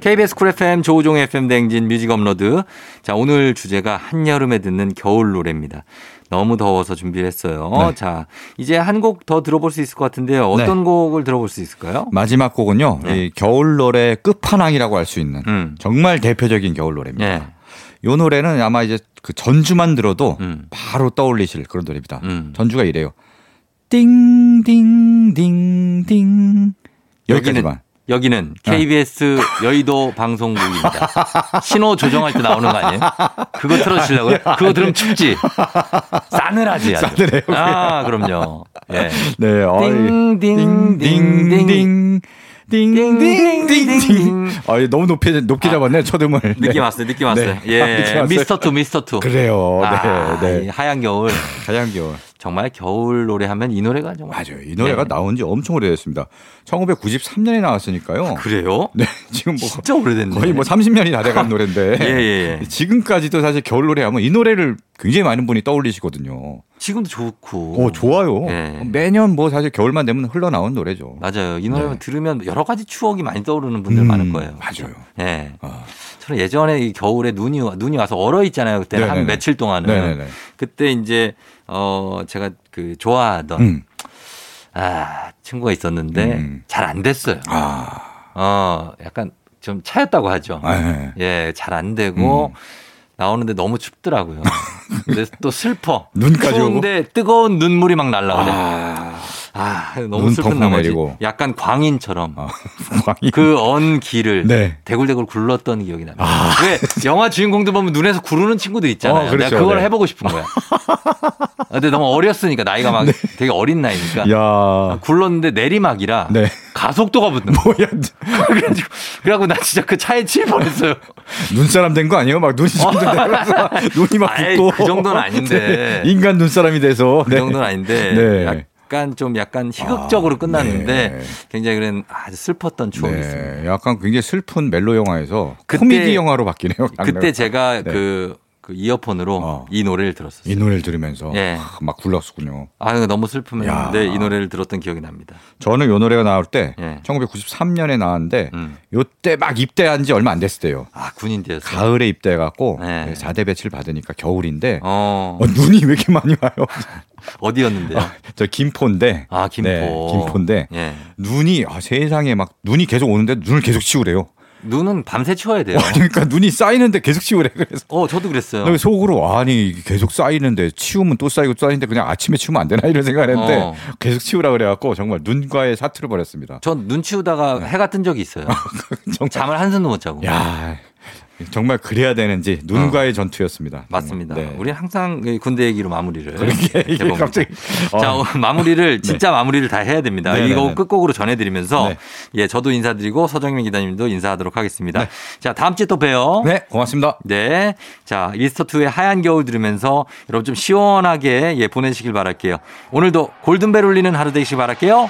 KBS 쿨 FM 조우종 FM 댕진 뮤직 업로드. 자, 오늘 주제가 한여름에 듣는 겨울 노래입니다. 너무 더워서 준비를 했어요.
네.
자, 이제 한 곡 더 들어볼 수 있을 것 같은데요. 어떤 곡을 들어볼 수 있을까요?
마지막 곡은요.
네.
이 겨울 노래 끝판왕이라고 할 수 있는
음.
정말 대표적인 겨울 노래입니다.
예.
이 노래는 아마 이제 그 전주만 들어도
음.
바로 떠올리실 그런 노래입니다.
음.
전주가 이래요. 띵띵띵띵
여기는
여기까지만.
여기는
네.
KBS 여의도 방송국입니다. 신호 조정할 때 나오는 거 아니에요? 그거 틀어주시려고요? 그거 들으면 춥지? 싸늘하지 아주.
예, 싸늘해요.
아 그럼요. 예.
네. 어이.
띵띵띵띵띵
띵띵띵띵. 띵띵띵띵. 아, 이거 너무 높게 높게 잡았네 초등을. 네.
느낌 왔어요. 느낌 왔어요.
네.
예.
아, 느낌 왔어요.
미스터 투 미스터 투.
그래요.
아,
네,
이
네.
하얀 겨울.
가장 겨울.
정말 겨울 노래 하면 이 노래가 정말
맞아요. 이 노래가
네.
나온 지 엄청 오래됐습니다. 1993년에 나왔으니까요.
아, 그래요?
네, 지금 뭐
진짜 오래됐네.
거의 뭐 30년이 다 돼간 노래인데.
[laughs] 예, 예, 예.
지금까지도 사실 겨울 노래 하면 이 노래를 굉장히 많은 분이 떠올리시거든요.
지금도 좋고.
오, 어, 좋아요.
예.
매년 뭐 사실 겨울만 되면 흘러나온 노래죠.
맞아요. 이 노래
네.
들으면 여러 가지 추억이 많이 떠오르는 분들
음,
많을 거예요.
맞아요.
예.
아.
저는 예전에 이 겨울에 눈이 와- 눈이 와서 얼어 있잖아요. 그때는 한
네네네.
며칠 동안은
네네네.
그때 이제 어 제가 그 좋아하던
음.
아 친구가 있었는데
음.
잘 안 됐어요.
아,
어 약간 좀 차였다고 하죠.
아, 음. 예.
예, 잘 안 되고 나오는데 너무
[laughs]
춥더라고요. 근데 또 슬퍼.
눈까지
추운데 뜨거운 눈물이 막 날라오네. 아, 너무
눈
슬픈
펑펑
나머지
내리고.
약간 광인처럼
아, [laughs] 광희.
그 언 길을
네. 아.
대굴대굴 굴렀던 기억이 납니다. 왜 영화 주인공들 보면 눈에서 구르는 친구도 있잖아요.
어, 그렇죠.
내가 그걸
네.
해보고 싶은
[laughs]
거야. 근데 너무 어렸으니까 나이가 막 되게 어린 나이니까
네. 야.
굴렀는데 내리막이라
네. [laughs]
가속도가 붙는 거야.
뭐야.
[laughs] 그래가지고 그래갖고 나 진짜 그 차에 칠 뻔했어요.
눈사람 된 거 아니에요? 막 눈이
[laughs]
점점 내려서 눈이 막
아이,
붓고.
그 정도는 아닌데.
[laughs] 네. 인간 눈사람이 돼서.
[laughs] 그 정도는 아닌데
네.
약간 좀 약간 희극적으로
아,
끝났는데
네.
굉장히 그런 아주 슬펐던 추억이 있습니다.
네. 약간 굉장히 슬픈 멜로 영화에서
그때-
코미디 영화로 바뀌네요. 장르가.
그때 제가
네.
그, 그 그 아, 이어폰으로
어.
이 노래를 들었었어요.
이 노래를 들으면서
예.
아, 막 굴렀군요.
아 너무 슬픔했는데
야.
이 노래를 들었던 기억이 납니다.
저는 요 노래가 나올 때
예.
1993년에 나왔는데
음.
요때 막 입대한 지 얼마 안 됐을 때요.
아 군인 되었어요.
가을에 입대해갖고
네.
예, 4대 배치를 받으니까 겨울인데
어
어, 눈이 왜 이렇게 많이 와요? [laughs]
어디였는데요?
저 김포인데
아 김포.
네, 김포인데
예.
눈이 아, 세상에 막 눈이 계속 오는데 눈을 계속 치우래요.
눈은 밤새 치워야 돼요.
[laughs] 그러니까 눈이 쌓이는데 계속 치우래 그래서
어 저도 그랬어요.
나 속으로 아니 이게 계속 쌓이는데 치우면 또 쌓이고 쌓이는데 그냥 아침에 치우면 안 되나 이런 생각을 했는데
어.
계속 치우라 그래갖고 정말 눈과의 사투를 벌였습니다.
전 눈 치우다가 해가 뜬 적이 [laughs] 있어요.
정말
잠을 한숨도 못 자고.
야 정말 그래야 되는지 눈과의 전투였습니다.
어.
정말.
맞습니다.
네.
우리 항상 이 군대 얘기로 마무리를.
그러게 [laughs] 이게
해봅니다.
갑자기 어.
자, 오늘 마무리를 진짜 마무리를 다 해야 됩니다.
네, 네,
이거
네.
끝곡으로 전해드리면서
네.
예, 저도 인사드리고 서정민 기자님도 인사하도록 하겠습니다. 자, 다음 주에 또 봬요.
네 고맙습니다.
네. 자, 이스터2의 하얀 겨울 들으면서 여러분 좀 시원하게 예, 보내시길 바랄게요. 오늘도 골든벨 울리는 하루 되시길 바랄게요.